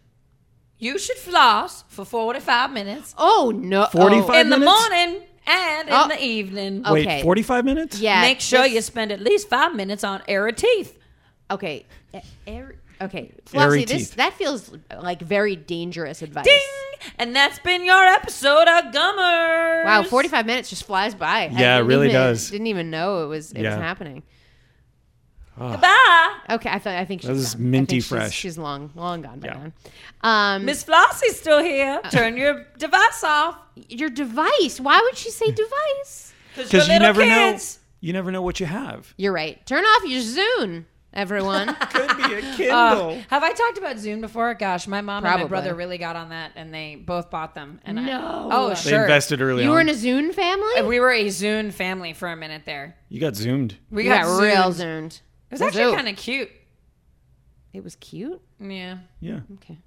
you should floss for 45 minutes Oh no. 45 in the minutes? morning and in Oh. the evening. Oh, Wait, okay. forty-five minutes? Yeah. Make sure this- you spend at least five minutes on air teeth. Okay. E- air- okay. Flossie, this teeth. that feels like very dangerous advice. Ding! And that's been your episode of Gummers. Wow, 45 minutes just flies by. I Yeah, it didn't really even- does. Didn't even know it was it was Yeah. happening. Goodbye. Okay, I thought I think she's gone. was I think minty she's- fresh. She's, long long gone by Yeah. now. Um Miss Flossie's still here. Uh. Turn your device off. your device. Why would she say device? because we're you little never kids. know. You never know what you have. You're right. Turn off your Zune, everyone. Could be a Uh, Kindle. Have I talked about Zoom before? Gosh, my mom and Probably. my brother really got on that, and they both bought them. And I- No. oh They they sure, invested early you on. were in a Zune family? we were a Zoom family for a minute there. you got zoomed. We You got, got real Zoomed. Zuned. It was actually kind of cute. It was cute. Yeah, Yeah. Okay.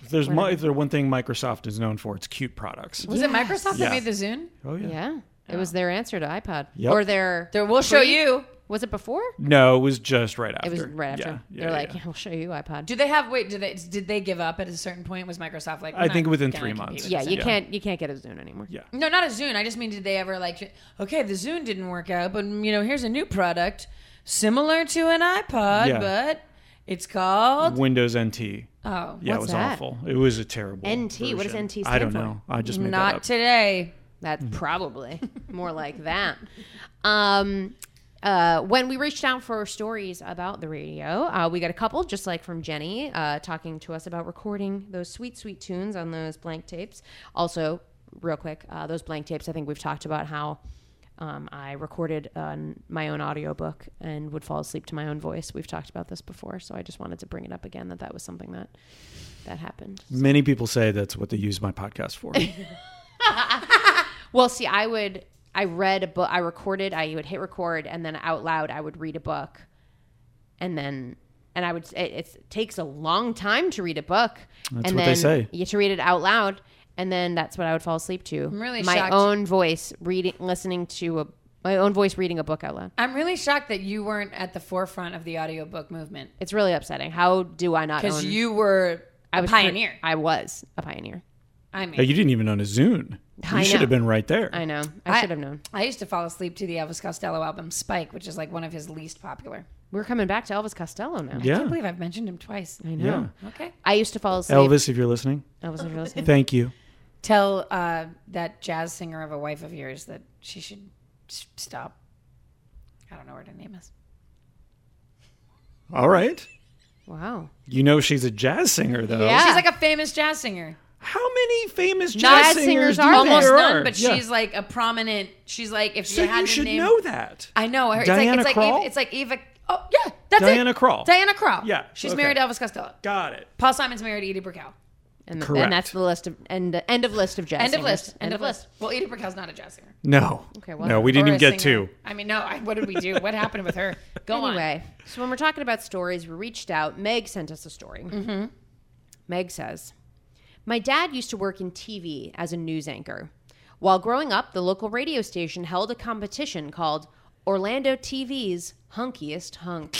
If there's mo- if there's one thing Microsoft is known for, it's cute products. was it Microsoft Yeah. that made the Zoom? Oh yeah. Yeah. It was their answer to iPod Yep. or their There, we'll show you. Was it before? No, it was just right after. It was right after. Yeah, yeah, They're yeah, like, yeah. yeah, we'll show you iPod. Do they have wait? Do they did they give up at a certain point? Was Microsoft like? I we're not think within gonna three compete months. with yeah, this you Yeah. can't you can't get a Zune anymore. Yeah. No, not a Zune. I just mean, did they ever like, okay, the Zune didn't work out, but you know, here's a new product similar to an iPod, Yeah. Mm-hmm. but it's called. Windows NT. Oh, Yeah, it Uh, What's was that? awful. It was a terrible. NT? What does version. NT stand I don't for? know. I just made that up. not today. That's probably more like that. Um, uh, when we reached out for stories about the radio, uh, we got a couple, just like from Jenny, uh, talking to us about recording those sweet, sweet tunes on those blank tapes. Also, real quick, uh, those blank tapes, I think we've talked about how um, I recorded uh, my own audiobook and would fall asleep to my own voice. We've talked about this before, so I just wanted to bring it up again that that was something that that happened. Many people say that's what they use my podcast for. Well, see, I would. I read a book. I recorded. I would hit record, and then out loud, I would read a book, and then and I would. It, it's- it takes a long time to read a book. That's and what they then say. You to read it out loud, and then that's what I would fall asleep to. I'm really my shocked. own voice reading, listening to a my own voice reading a book out loud. I'm really shocked that you weren't at the forefront of the audiobook movement It's really upsetting. How do I not? because own- you were a I was pioneer. I was a pioneer. I mean, Hey, you didn't even own a Zune. You I should know. have been right there. I know. I, should have known. I used to fall asleep to the Elvis Costello album Spike, which is like one of his least popular. We're coming back to Elvis Costello now. I Yeah. can't believe I've mentioned him twice. Mm-hmm. I know. Yeah. Okay. I used to fall asleep. Elvis, if you're listening, Elvis was listening. thank you. Tell uh, that jazz singer of a wife of yours that she should s- stop. I don't know what her name is. All right. Wow. You know she's a jazz singer though. Yeah. She's like a famous jazz singer. How many famous Jazz jazz, singers, singers do are you think there? Almost there none, are? but Yeah. she's like a prominent. She's like if So you had you to should name- know that. I know. I heard- Diana it's like Krall? it's like Eva. It's like Eva. Oh yeah, that's Diana it. Krall. Diana Krall. Yeah, she's okay. married to Elvis Costello. Got it. Paul Simon's married to Edie Brickell. And, th- Correct. and that's the list of end end of list of jazz. End of singers. list. End, of list. Well, Edie Brickell's not a jazz singer. No. Okay, well- no, we didn't Or even a get singer. two. I mean, no. I, what did we do? What happened with her? Go on. Anyway, so when we're talking about stories, we reached out. Meg sent us a story. Mm-hmm. Meg says, "My dad used to work in TV as a news anchor. While growing up, the local radio station held a competition called Orlando TV's Hunkiest Hunk,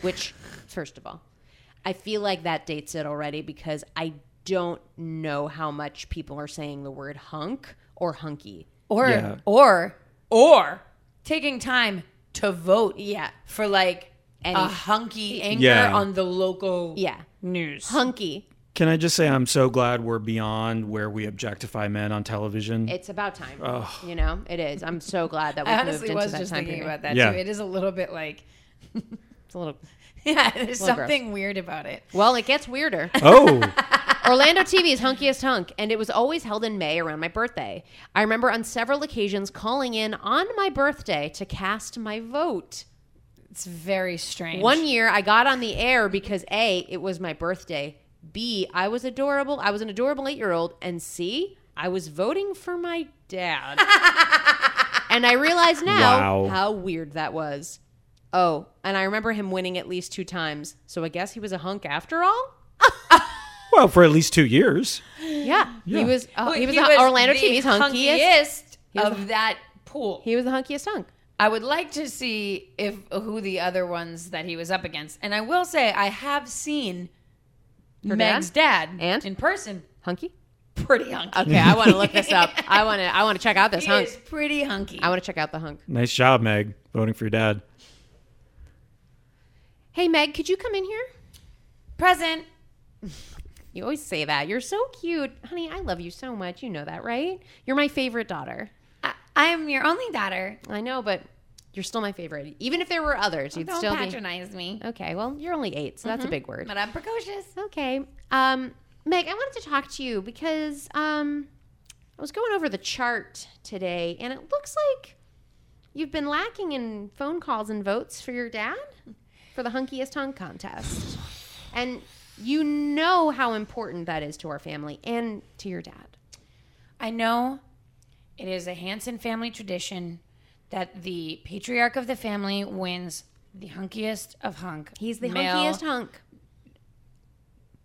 which, first of all, I feel like that dates it already because I don't know how much people are saying the word hunk or hunky." Or Yeah. or or taking time to vote. Yeah. For like Any- a hunky anchor Yeah. on the local Yeah. news. Hunky. Can I just say I'm so glad we're beyond where we objectify men on television? It's about time. You know, it is. I'm so glad that we I moved honestly into was that just time thinking period. about that Yeah. too. It is a little bit like It's a little. yeah, there's Little gross. something weird about it. Well, it gets weirder. oh. Orlando TV is hunkiest hunk, and it was always held in May around my birthday. I remember on several occasions calling in on my birthday to cast my vote. It's very strange. One year, I got on the air because a, it was my birthday. B, I was adorable. I was an adorable eight-year-old, and C, I was voting for my dad. and I realize now Wow. how weird that was. Oh, and I remember him winning at least two times. So I guess he was a hunk after all. Well, for at least two years. Yeah, he Yeah. was. Uh, Well, he was the Orlando TV's hunkiest. hunkiest of that pool. He was the hunkiest hunk. I would like to see if who the other ones that he was up against. And I will say I have seen Her Meg's dad, And? in person. Hunky. Pretty hunky. Okay, I want to look this up. I want to. I want to check out this He hunk. is pretty hunky. I want to check out the hunk. Nice job, Meg, voting for your dad. Hey Meg, could you come in here? Present. You always say that. You're so cute. Honey, I love you so much. You know that, right? You're my favorite daughter. I, I am your only daughter. I know, but you're still my favorite. Even if there were others, you'd Don't still patronize me. Mm-hmm. be. Okay, well, you're only eight, so that's a big word. But I'm precocious. Okay. Um, Meg, I wanted to talk to you because um, I was going over the chart today, and it looks like you've been lacking in phone calls and votes for your dad for the hunkiest hunk contest. And you know how important that is to our family and to your dad. I know it is a Hanson family tradition that the patriarch of the family wins the hunkiest of hunk. He's the male hunkiest hunk.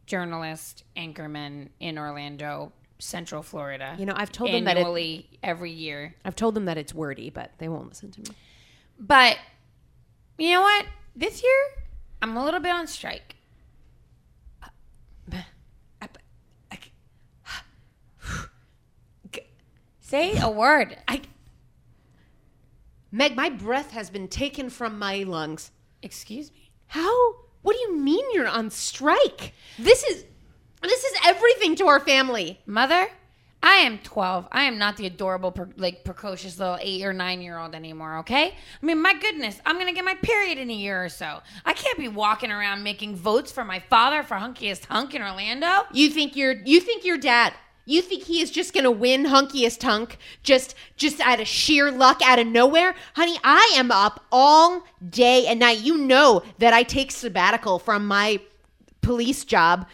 journalist anchorman in Orlando, Central Florida. You know, I've told them that it, annually every year. I've told them that it's wordy, but they won't listen to me. But you know what? This year, I'm a little bit on strike. Say a word. I, Meg, my breath has been taken from my lungs. Excuse me. How? What do you mean you're on strike? This is this is everything to our family. Mother, I am 12. I am not the adorable, pre- like precocious little eight or nine year old anymore, okay? I mean, my goodness, I'm gonna get my period in a year or so. I can't be walking around making votes for my father for hunkiest hunk in Orlando. You think you're you think your dad you think he is just gonna win hunkiest hunk just just out of sheer luck out of nowhere? Honey, I am up all day and night. You know that I take sabbatical from my police job.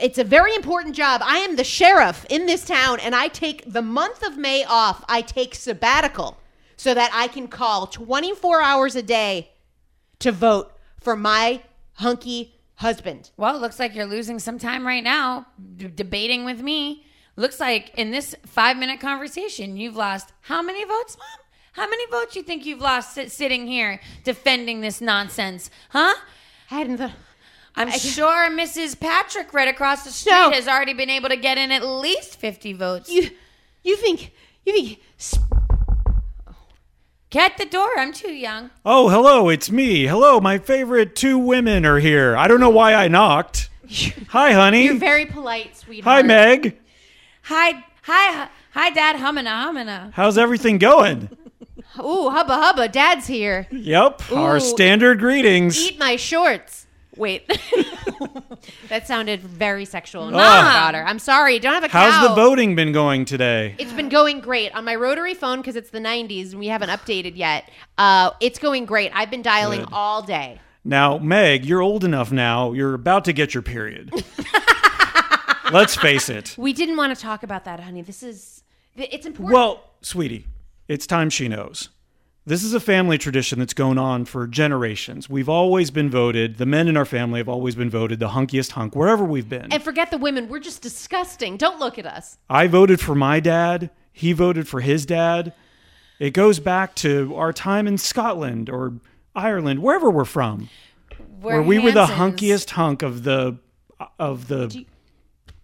It's a very important job. I am the sheriff in this town and I take the month of May off. I take sabbatical so that I can call 24 hours a day to vote for my hunky husband. Well, it looks like you're losing some time right now d- debating with me. Looks like in this five minute conversation, you've lost how many votes, Mom? How many votes you think you've lost sit- sitting here defending this nonsense, huh? I hadn't thought. I'm sure Mrs. Patrick right across the street No. has already been able to get in at least 50 votes. You, you think, you think, sp- Get the door. I'm too young. Oh, hello, it's me. Hello, my favorite two women are here. I don't know why I knocked. Hi, honey. you're very polite, sweetheart. Hi, Meg. Hi, hi, hi, Dad. Humana, humana. How's everything going? Ooh, hubba hubba, dad's here. Yep, our Ooh. standard greetings. Eat my shorts. Wait, that sounded very sexual. No, Mom. daughter. I'm sorry. Don't have a Ah. How's cow. the voting been going today? It's been going great on my rotary phone because it's the 90s and we haven't updated yet. Uh, it's going great. I've been dialing Good. all day. Now, Meg, you're old enough now. You're about to get your period. Let's face it. We didn't want to talk about that, honey. This is th- it's important. Well, sweetie, it's time she knows. This is a family tradition that's gone on for generations. We've always been voted, the men in our family have always been voted the hunkiest hunk wherever we've been. and forget the women. We're just disgusting. Don't look at us. I voted for my dad. He voted for his dad. It goes back to our time in Scotland or Ireland, wherever we're from, We're where we were the Hansons. hunkiest hunk of the of the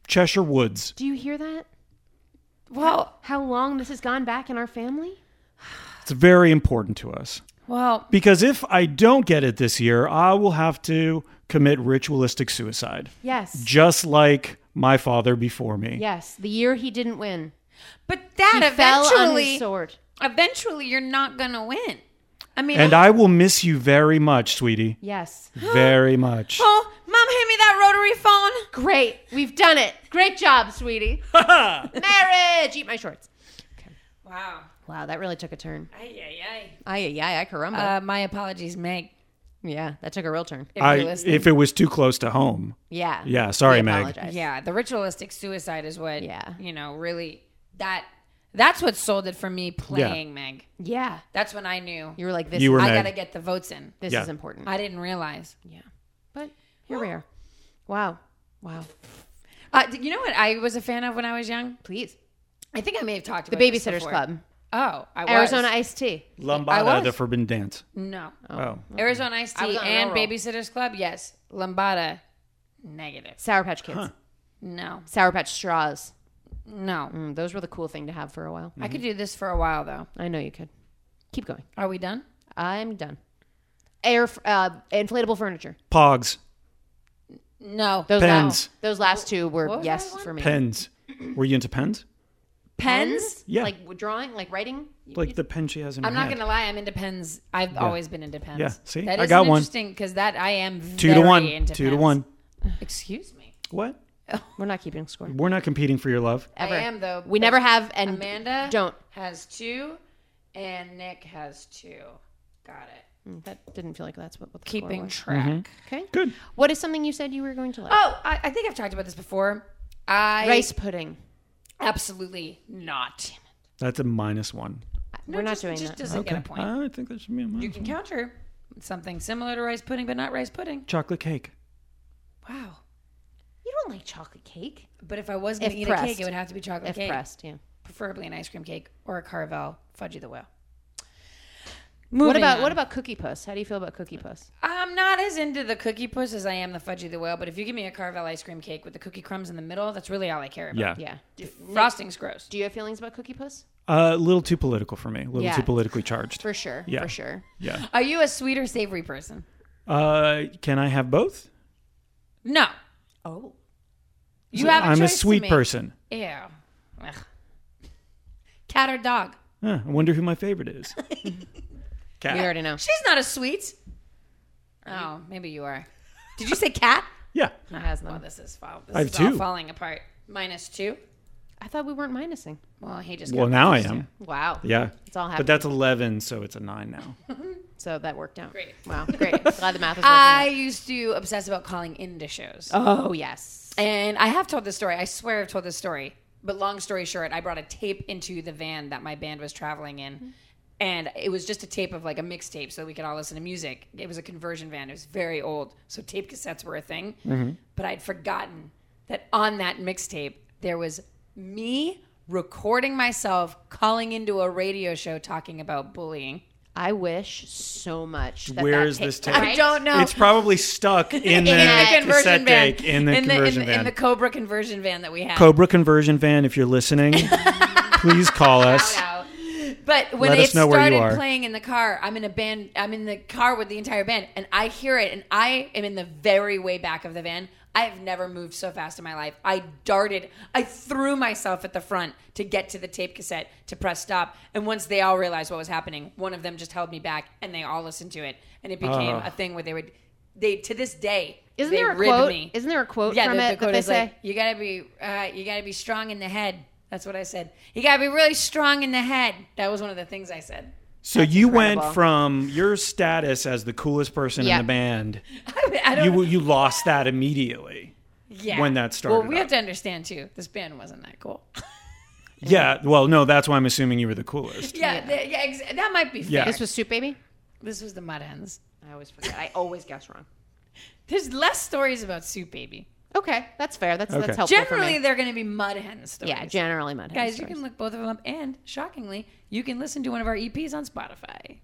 Cheshire Woods. Do you hear that? Well, How long this has gone back in our family? It's very important to us well, because if I don't get it this year, I will have to commit ritualistic suicide, Yes. just like my father before me. Yes. The year he didn't win. but Dad, He fell on his eventually, sword. eventually, you're not gonna win. I mean, And I will miss you very much, sweetie. Yes. Very much. oh, Mom, hand me that rotary phone. Great. We've done it. Great job, sweetie. Marriage. Eat my shorts. Wow. Wow, that really took a turn. Ay, ay, Ay, ay, ay, caramba. Uh, my apologies, Meg. yeah, that took a real turn. If I, you're listening. if it was too close to home. Yeah. Yeah, sorry, We Meg. apologize. Yeah, the ritualistic suicide is what. Yeah. You know, really that that's what sold it for me playing Meg. Yeah. That's when I knew You were like, this, You were I Meg. gotta get the votes in. this Yeah. is important. I didn't realize. yeah. But here we are. Wow. Wow. Uh, d- you know what I was a fan of when I was young? Please. I think I may have talked The about this Babysitter's before. Club. Oh, I was. Arizona iced tea. I Lombada, was. the forbidden dance. No. Oh. Arizona Iced I was Tea on a and roll. Babysitter's Club. Yes. Lombada. Negative. Sour Patch Kids. No. Sour Patch straws. No. Mm, those were the cool thing to have for a while. I could Mm-hmm. do this for a while though. I know you could. Keep going. Are we done? I'm done. Air f- uh, inflatable furniture. Pogs. No. Those Pens. Last, those last two were was yes that for me. Pens. Were you into pens? Pens? Yeah. Like w- drawing, like writing. Like the pen she has in I'm her not hand. gonna lie. I'm into pens. I've always been into pens. Yeah, see? that I is got one. interesting because that I am Two to very one. into Two to pens. one. Excuse me. What? We're not keeping score. We're not competing for your love. Ever. I am though. We but never have. And Amanda don't. has two, and Nick has two. Got it. Mm, That didn't feel like that's what, what the score Keeping was. track. Okay. Uh, Good. What is something you said you were going to like? Oh, I, I think I've talked about this before. I Rice pudding. absolutely not. That's a minus one. Uh, No, We're not just, doing just that. doesn't get a point. I think that should be a You minus. can counter something similar to rice pudding, but not rice pudding. Chocolate cake. Wow. You don't like chocolate cake? But if I was going If to eat a cake, pressed. it would have to be chocolate If cake. pressed, yeah. preferably an ice cream cake or a Carvel Fudgy the Whale. Moving what about on. what about Cookie Puss? How do you feel about Cookie Puss? I'm not as into the cookie puss as I am the fudgy the whale, but if you give me a Carvel ice cream cake with the cookie crumbs in the middle, that's really all I care about. Yeah. Yeah. Do, Frosting's gross. do you have feelings about Cookie Puss? Uh, a little too political for me. A little Yeah. too politically charged. For sure. Yeah. For sure. Yeah. Are you a sweet or savory person? Uh, can I have both? No. Oh. You have a I'm a choice to sweet make. person. Ew. Ugh. Cat or dog? Huh, I wonder who my favorite is. Cat. You already know. She's not a sweet. Oh, maybe you are. Did you say cat? Yeah. It has them. Well, this is fall. This I have is all two. falling apart. Minus two. I thought we weren't minusing. Well, he just. Well, got now I minus am. Wow. Yeah. It's all But happening. that's 11, so it's a 9 now. So that worked out. Great. Wow. Great. Glad the math is working. I out. used to obsess about calling into shows. oh yes. And I have told this story. I swear I've told this story. But long story short, I brought a tape into the van that my band was traveling in. And it was just a tape of like a mixtape so we could all listen to music. It was a conversion van. It was very old. So tape cassettes were a thing. Mm-hmm. But I'd forgotten that on that mixtape, there was me recording myself calling into a radio show talking about bullying. I wish so much. That Where that is tape- this tape? I don't know. It's probably stuck in the, that cassette deck in the conversion in, the, van. in the Cobra conversion van that we had. Cobra conversion van, if you're listening, please call us. out. But when Let it us know where you started are. playing in the car, I'm in a band. I'm in the car with the entire band, and I hear it, and I am in the very way back of the van. I have never moved so fast in my life. I darted. I threw myself at the front to get to the tape cassette to press stop. And once they all realized what was happening, one of them just held me back, and they all listened to it, and it became Oh. a thing where they would. They to this day. Isn't they there a rib quote? Me. Isn't there a quote Yeah, from the, it the that quote they is like, say? "You gotta be, uh, you gotta be strong in the head." That's what I said. You gotta be really strong in the head. That was one of the things I said. So you incredible. went from your status as the coolest person Yeah. in the band, I don't. you you lost that immediately. yeah. when that Well, started we up. have to understand too. This band wasn't that cool. Yeah, well, no, that's why I'm assuming you were the coolest. Yeah, th- yeah, ex- that might be fair. Yeah. This was This was Soup Baby. this was the Mud Hens. I always forget. I always guess wrong. There's less stories about Soup Baby. Okay, that's fair. That's Okay. that's helpful. Generally, for me. they're going to be Mud Hen stories. yeah, generally mud. guys, you stories. can look both of them up, and shockingly, you can listen to one of our EPs on Spotify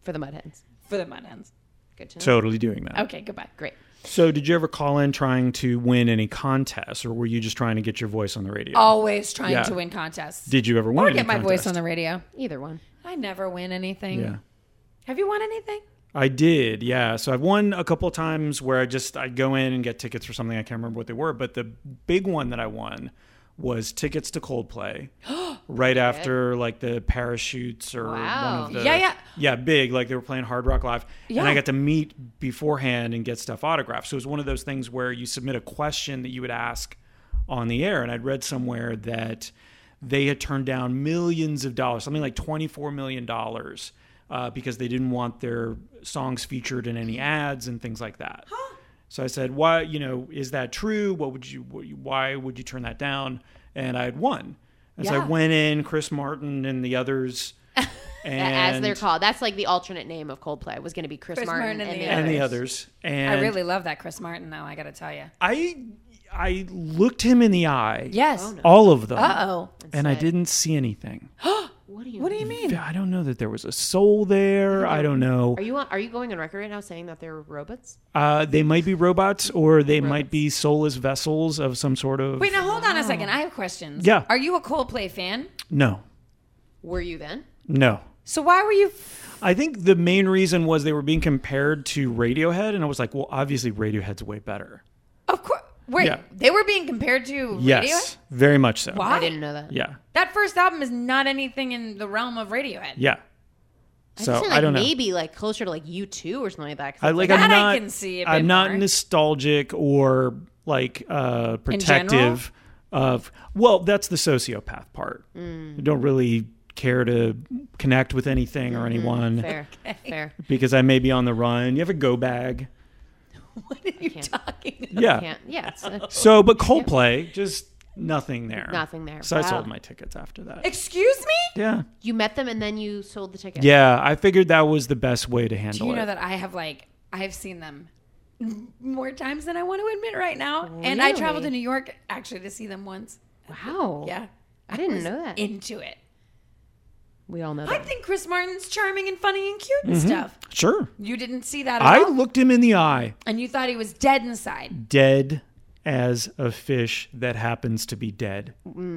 for the mud hens. for the Mud Hens. Good to know. Totally doing that. Okay, goodbye. Great. So, did you ever call in trying to win any contests, or were you just trying to get your voice on the radio? Always trying Yeah. to win contests. Did you ever win? Oh, or any get my voice contest? on the radio. Either one. I never win anything. Yeah, Have you won anything? I did. Yeah, so I've won a couple times where I just I go in and get tickets for something I can't remember what they were, but the big one that I won was tickets to Coldplay right after like the parachutes or one Wow. of the Yeah, yeah. yeah big like they were playing Hard Rock Live and Yeah. I got to meet beforehand and get stuff autographed. So it was one of those things where you submit a question that you would ask on the air and I'd read somewhere that they had turned down millions of dollars, something like 24 million dollars uh, because they didn't want their songs featured in any ads and things like that. So I said, "Why? You know, is that true? What would you? What, you- why would you turn that down?" And I had won. And so Yeah. I went in, Chris Martin and the others, and As they're called. That's like the alternate name of Coldplay was going to be Chris, Chris Martin, Martin and and, the the and the others. others. And I really love that Chris Martin, though. I got to tell you. I, I looked him in the eye. Yes. all of them. Oh, And I didn't see anything. What do you? what do you mean? I don't know that there was a soul there. I don't know. Are you on, are you going on record right now saying that they're robots? Uh, they might be robots, or they might be soulless vessels of some sort of. Wait, now hold on a second. I have questions. Yeah. Are you a Coldplay fan? No, Were you then? no. So why were you? I think the main reason was they were being compared to Radiohead, and I was like, well, obviously Radiohead's way better. Of course. Wait, Yeah. they were being compared to Yes, very much so. Radiohead. Why? I didn't know that. Yeah, That first album is not anything in the realm of Radiohead. yeah. just So said, like, I don't know. Maybe like closer to like you two or something like that. 'cause I it's like. That I'm I not. can see a bit I'm not more. nostalgic or like uh, protective of. Well, that's the sociopath part. Mm. I don't really care to connect with anything Mm-hmm. or anyone fair, fair. because I may be on the run. You have a go bag. What are you talking about? Yeah. Can't. Yeah. it's, uh, So, but Coldplay, just nothing there. Nothing there. So I Wow. sold my tickets after that. Excuse me? yeah. you met them and then you sold the ticket. Yeah, I figured that was the best way to handle Do you know it. that I have like I have seen them m- more times than I want to admit right now, and I traveled to Really? New York actually to see them once. Wow. Yeah, I didn't know that. into it. We all know I that. think Chris Martin's charming and funny and cute and stuff. Sure. You didn't see that at Mm-hmm. I all, looked him in the eye, and you thought he was dead inside. dead as a fish that happens to be dead. Well,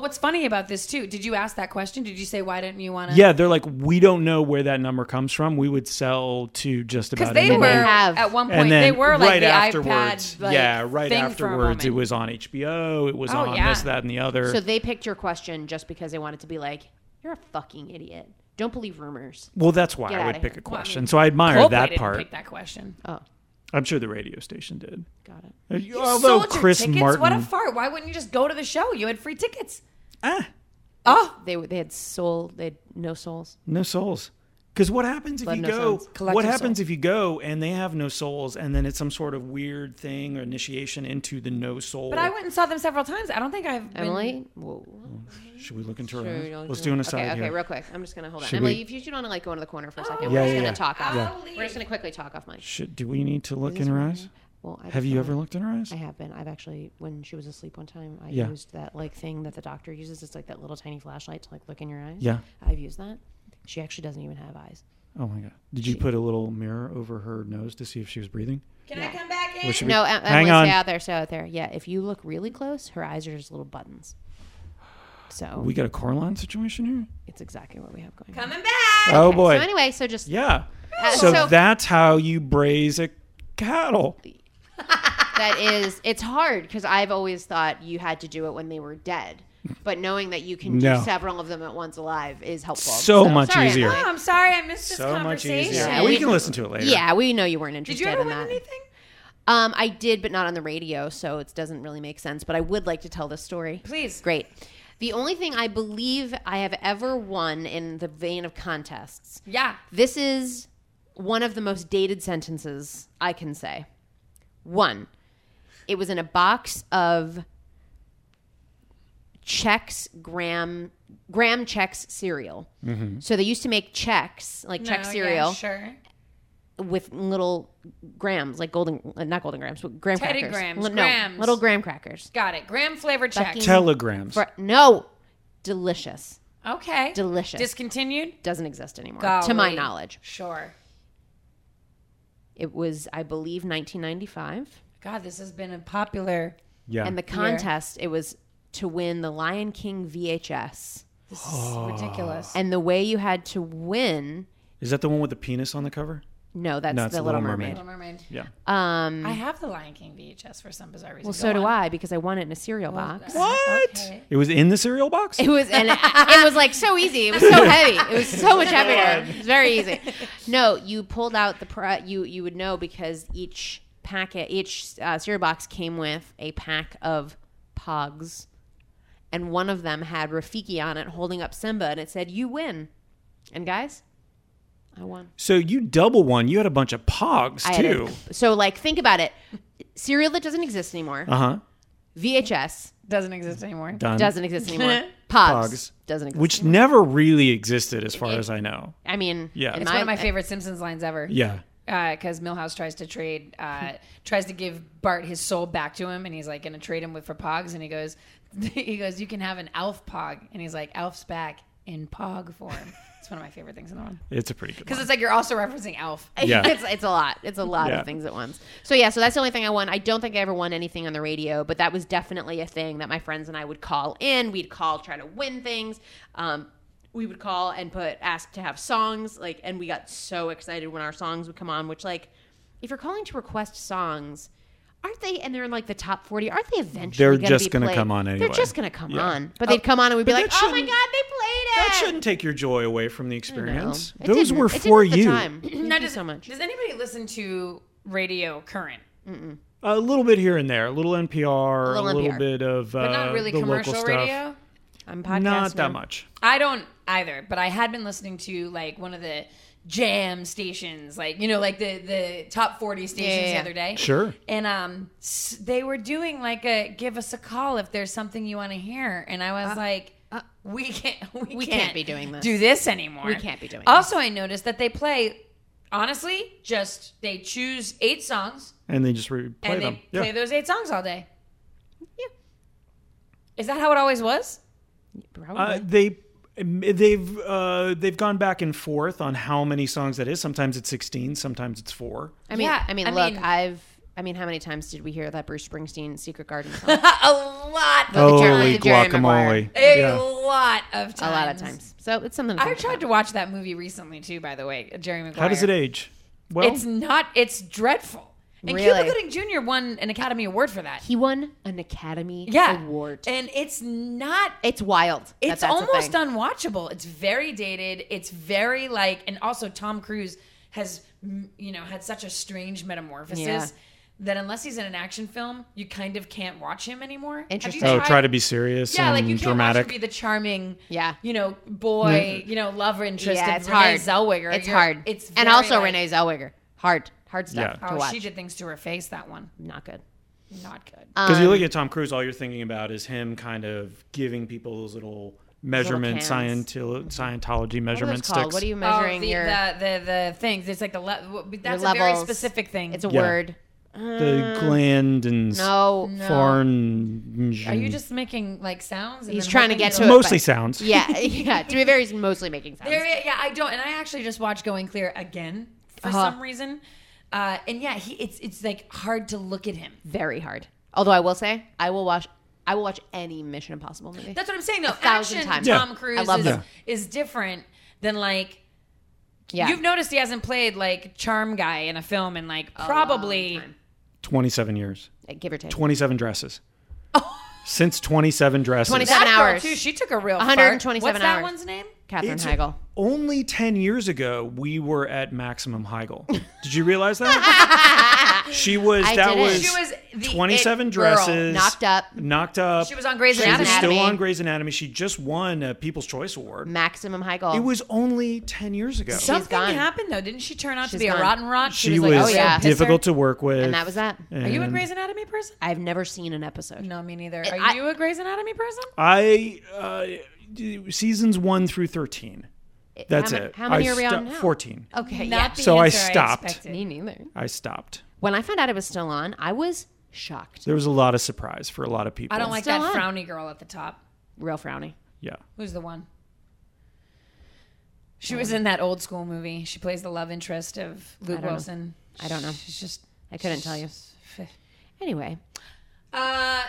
what's funny about this too? Did you ask that question? Did you say why didn't you want to? Yeah, they're like, we don't know where that number comes from. We would sell to just because about they were anybody. have. at one point. and then they were like right the afterwards, iPad. Like, yeah, right thing for a afterwards, moment. it was on HBO. It was Oh, on yeah. this, that, and the other. So they picked your question just because they wanted to be like, "You're a fucking idiot. Don't believe rumors." well, that's why Get I outta would pick here. a Well, I mean, question. so I admire Coldplay that didn't part. pick that question. Oh, I'm sure the radio station did. got it. Uh, You Although sold your Chris tickets? Martin, what a fart! Why wouldn't you just go to the show? You had free tickets. ah, Oh, They were- they had soul. They had no souls. no souls. Because what happens if Love you no go? sons. Collective What happens soul. if you go and they have no souls, and then it's some sort of weird thing or initiation into the no soul? but I went and saw them several times. I don't think I've been- Emily, whoa. Should we look into Sure, her? you don't- Mm-hmm. Let's do an aside okay, okay, here. real quick. I'm just gonna hold Should on. Emily, we- if you should want to like go into the corner for a second, Oh, we're Yeah, just yeah, gonna yeah. talk off. Yeah. We're just gonna quickly talk off mine. Should, do we need to look in her eyes? Well, I Have just you wanna- ever looked in her eyes? I have been. I've actually, when she was asleep one time, I Yeah. used that like thing that the doctor uses. It's like that little tiny flashlight to like look in your eyes. Yeah. I've used that. She actually doesn't even have eyes. Oh my god! Did you She- put a little mirror over her nose to see if she was breathing? Can I come back in? Or should we- No, Em- hang Emily, on. stay out there, stay out there. Yeah, if you look really close, her eyes are just little buttons. So We got a Coraline situation here. it's exactly what we have going on. Coming back. Oh Okay, boy! So anyway, so just yeah. uh, So, so, that's how you braise a cattle. that is it's hard because I've always thought you had to do it when they were dead, but knowing that you can No. do several of them at once alive is helpful. So much sorry, easier. Emily. Oh, I'm sorry, I missed this So much conversation. easier. Yeah, we we- can listen to it later. Yeah, we know you weren't Did interested you ever in win that. anything? Um, I did, but not on the radio, so it doesn't really make sense. But I would like to tell this story. Please. Great. The only thing I believe I have ever won in the vein of contests. Yeah. This is one of the most dated sentences I can say. One, it was in a box of Chex Graham Graham Chex cereal. So they used to make Chex like Chex No, cereal Oh, Yeah, sure. with little grams, like golden, uh, not golden grams, but graham Teddy crackers. grams, Li- no, grams. little graham crackers. Got it. Graham flavor check. Fucking- Telegrams. Mm-hmm. For, no, delicious. Okay. Delicious. Discontinued. Doesn't exist anymore, Golly. to my knowledge. Sure. It was, I believe, 1995, God, this has been a popular. yeah. and the contest it was to win the Lion King VHS. This is ridiculous. And the way you had to win, Is that the one with the penis on the cover? no, that's No, it's the Little, Mermaid. Little Mermaid. Yeah. Um, I have the Lion King VHS for some bizarre reason. well, so do I because I won it in a cereal box. What? It was in the cereal box. It was and it was like so easy. It was so heavy. It was so much heavier. It was very easy. No, you pulled out the pro- you you would know because each packet each uh, cereal box came with a pack of pogs, and one of them had Rafiki on it holding up Simba, and it said "You win." And guys, I won. So you double one. You had a bunch of pogs I had too. a- so like think about it. Cereal that doesn't exist anymore. Uh huh. VHS Doesn't exist anymore. Done. doesn't exist anymore. Pogs, Pogs. doesn't exist. Which never really existed, as far as I know. I mean, Yeah. in It's It's one of my favorite Simpsons lines ever. Yeah. Because Millhouse tries to trade, uh, tries to give Bart his soul back to him, and he's like going to trade him with for Pogs, and he goes, he goes, you can have an Alf Pog, and he's like, Alf's back in Pog form. It's one of my favorite things in the world It's a pretty good. because One. it's like you're also referencing Alf. Yeah. it's it's a lot. It's a lot Yeah. of things at once. So yeah, so that's the only thing I won. I don't think I ever won anything on the radio, but that was definitely a thing that my friends and I would call in. We'd call, try to win things. Um, we would call and put ask to have songs like, and we got so excited when our songs would come on. Which like, if you're calling to request songs. Aren't they? And they're in like the top forty. Aren't they eventually? They're gonna just be gonna played? come on anyway. They're just gonna come Yeah. on, but they'd come on and we'd be that like, "Oh my god, they shouldn't- played it!" That shouldn't take your joy away from the experience. It Those didn't. were It didn't for at the you. time. Thank you does, so much. Does anybody listen to radio current? A little bit here and there, a little NPR, a little, Little NPR. bit of, uh, But not really the commercial local stuff. radio. I'm podcasting. Not that much. I don't either, but I had been listening to like one of the jam stations, like you know, like the the top forty stations Yeah, yeah, the yeah. other day. Sure. And um, s- they were doing like a give us a call if there's something you want to hear, and I was like. we can't. We, Uh, we can't be doing this. Do this anymore. We can't be doing Oh, Also, I noticed that they play. Honestly, just they choose eight songs And they just replay and them. they play yeah. those eight songs all day. Yeah. Is that how it always was? Probably. uh, they they've uh, they've gone back and forth on how many songs that is. Sometimes it's 16, sometimes it's 4. I mean, Yeah, I mean, I look, mean- I've. I mean, how many times did we hear that Bruce Springsteen Secret Garden song? a lot, of- Holy Jerry- Jerry Maguire. guacamole. a Yeah. lot of times. a lot of times. So it's something. to I think tried to watch that movie recently too. By the way, Jerry Maguire. How does it age? Well, It's not. It's dreadful. And Really? Cuba Gooding Jr. won an Academy Award for that. He won an Academy yeah, Award. And it's not. it's wild. that It's that's a almost thing. unwatchable. It's very dated. It's very like, and also Tom Cruise has, mm, you know, had such a strange metamorphosis Yeah. that unless he's in an action film, you kind of can't watch him anymore. Have you Interesting. oh, tried- try to be serious yeah, and like you can't dramatic. watch him be the charming, Yeah. you know, boy, you know, love interest. Yeah, of it's Renee hard. Zellweger. It's You're- hard. It's and very, also like, Renee Zellweger. Hard, hard stuff Yeah. to Oh, watch. she did things to her face. That one, Not good. Um, not good. Because you look at Tom Cruise, all you're thinking about is him kind of giving people those little measurement cans. scienti- Scientology What are those measurement called? sticks. What are you measuring oh, the, your, the, the the things. It's like the le- your that's a levels? very specific thing. It's a Yeah. word. the gland and No. foreign. Are you just making like sounds? and He's then trying to hoping get you to don't- it. mostly but- sounds? Yeah, yeah. To be very, he's mostly making sounds. There, yeah, I don't. And I actually just watched Going Clear again for Uh-huh. some reason. Uh, and yeah, he, it's it's like hard to look at him. Very hard. Although I will say, I will watch. I will watch any Mission Impossible movie. That's what I'm saying though. thousand Action times. Yeah. Tom Cruise I love is, him. is different than like yeah. you've noticed he hasn't played like charm guy in a film in like probably time. 27 years. Uh, give or take. 27 dresses. Since 27 dresses. 27 that girl hours. too. She took a real 127 fart. What's that hours. one's name? Catherine It's- Heigl. Only 10 years ago, we were at maximum Heigl. Did you realize that? she was, I that didn't. was, She was the 27 it dresses. girl. Knocked up. Knocked up. She was on Grey's She was Anatomy. still on Grey's Anatomy. She just won a People's Choice Award. Maximum Heigl. It was only 10 years ago. She's Something gone. happened though. Didn't she turn out to She's be gone. a rotten rot? she, was, um, like, oh, yeah. difficult pisser. to work with. and that was that. Are you a And Grey's Anatomy person? I've never seen an episode. No, me neither. I- eh, Are you a Grey's Anatomy person? I, uh, d- seasons 1 through 13. That's how many- it. how many I are we on sto- now? 14. Okay. Not the So I answer stopped. yeah. expected. Me neither. I stopped. When I found out it was still on, I was shocked. There was a lot of surprise for a lot of people. I don't like Still that on. frowny girl at the top. Real frowny. Yeah. Who's the one? Oh. She was in that old school movie. She plays the love interest of Luke don't know. Wilson. I don't know. She's just. I couldn't tell you. Anyway, Uh,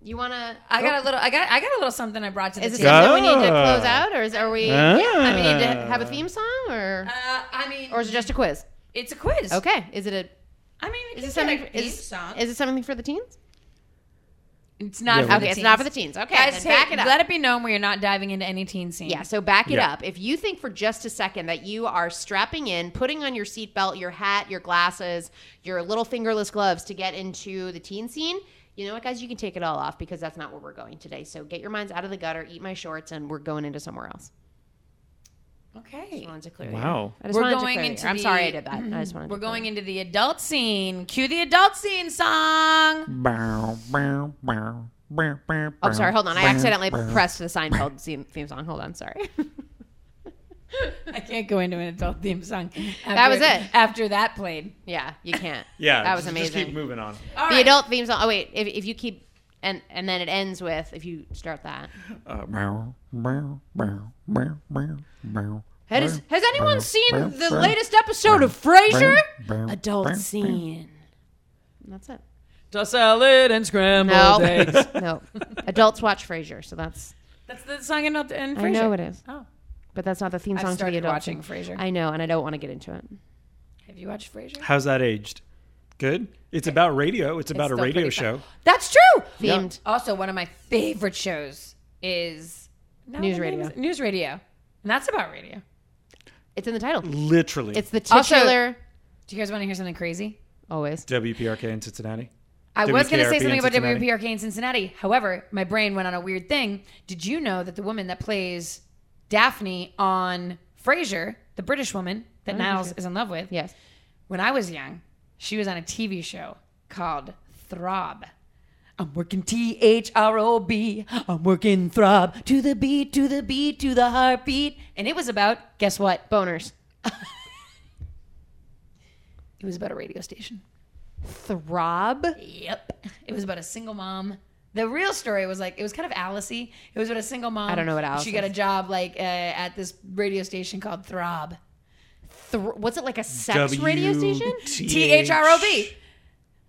you want to? I got a little. I got. I got a little something I brought to the Is it table. Yeah. Uh, something we need to Ah. close out, or is are we? Ah. yeah, I mean, we need to have a theme song, or Uh, I mean, or is it just a quiz? it's a quiz. Okay, is it a? I mean, Is it Um, it's not something? a Is, is, song. is it something for the teens? it's not. Yeah, for we- the Okay, it's not for the teens. teens. Okay, Guys, then hey, back it up. let it be known we are not diving into any teen scene. Yeah, so back it Yeah. up. If you think for just a second that you are strapping in, putting on your seatbelt, your hat, your glasses, your little fingerless gloves to get into the teen scene, you know what, guys? You can take it all off because that's not where we're going today. So get your minds out of the gutter, eat my shorts, and we're going into somewhere else. Okay. I wanted to clear you. Wow. I just We're wanted to going clear you. into I'm sorry I the- did that. I just wanted. We're to clear going into the adult scene. Cue the adult scene song. Bow, bow, bow, bow, bow, Oh, sorry. Hold on. I bow, accidentally bow. pressed the Seinfeld theme, theme song. Hold on. Sorry. I can't go into an adult theme song. That was after- it. After that played. yeah, you can't. Yeah. that was just- amazing. Just keep moving on. All the right. adult theme song. Oh wait, if, if you keep and and then it ends with if you start that. Uh, bow, bow, bow, bow, bow, bow. Has, has anyone seen bow, the bow, latest episode of Frasier? Bow, bow, bow, Adult scene. That's it. Toss salad and scrambled No, no. Adults watch Frasier, so that's That's the song in, in Frasier. I know it is, Oh, but that's not the theme song I've to the started adult watching scene. Frasier. I know, and I don't want to get into it. Have you watched Frasier? How's that aged? Good. It's about radio. It's about still a radio pretty fun. show. That's true. Themed. Also, one of my favorite shows is no, News the name Radio. is- News Radio, and that's about radio. It's in the title. Literally. It's the Also- titular. Do you guys want to hear something crazy? always. WPRK in Cincinnati. I was going to say WKRP something in about Cincinnati. WPRK in Cincinnati. However, my brain went on a weird thing. Did you know that the woman that plays Daphne on Frasier, the British woman that Niles is in love with, Oh, Yes. when I was young, she was on a TV show called Throb. I'm working T H R O B. I'm working Throb to the beat, to the beat, to the heartbeat. And it was about, guess what? Boners. It was about a radio station. Throb. Yep. It was about a single mom The real story was like it was kind of alice It was with a single mom. I don't know what Alice She got is. a job like uh, at this radio station called Throb. Thr was it like a sex radio station? T H R O B.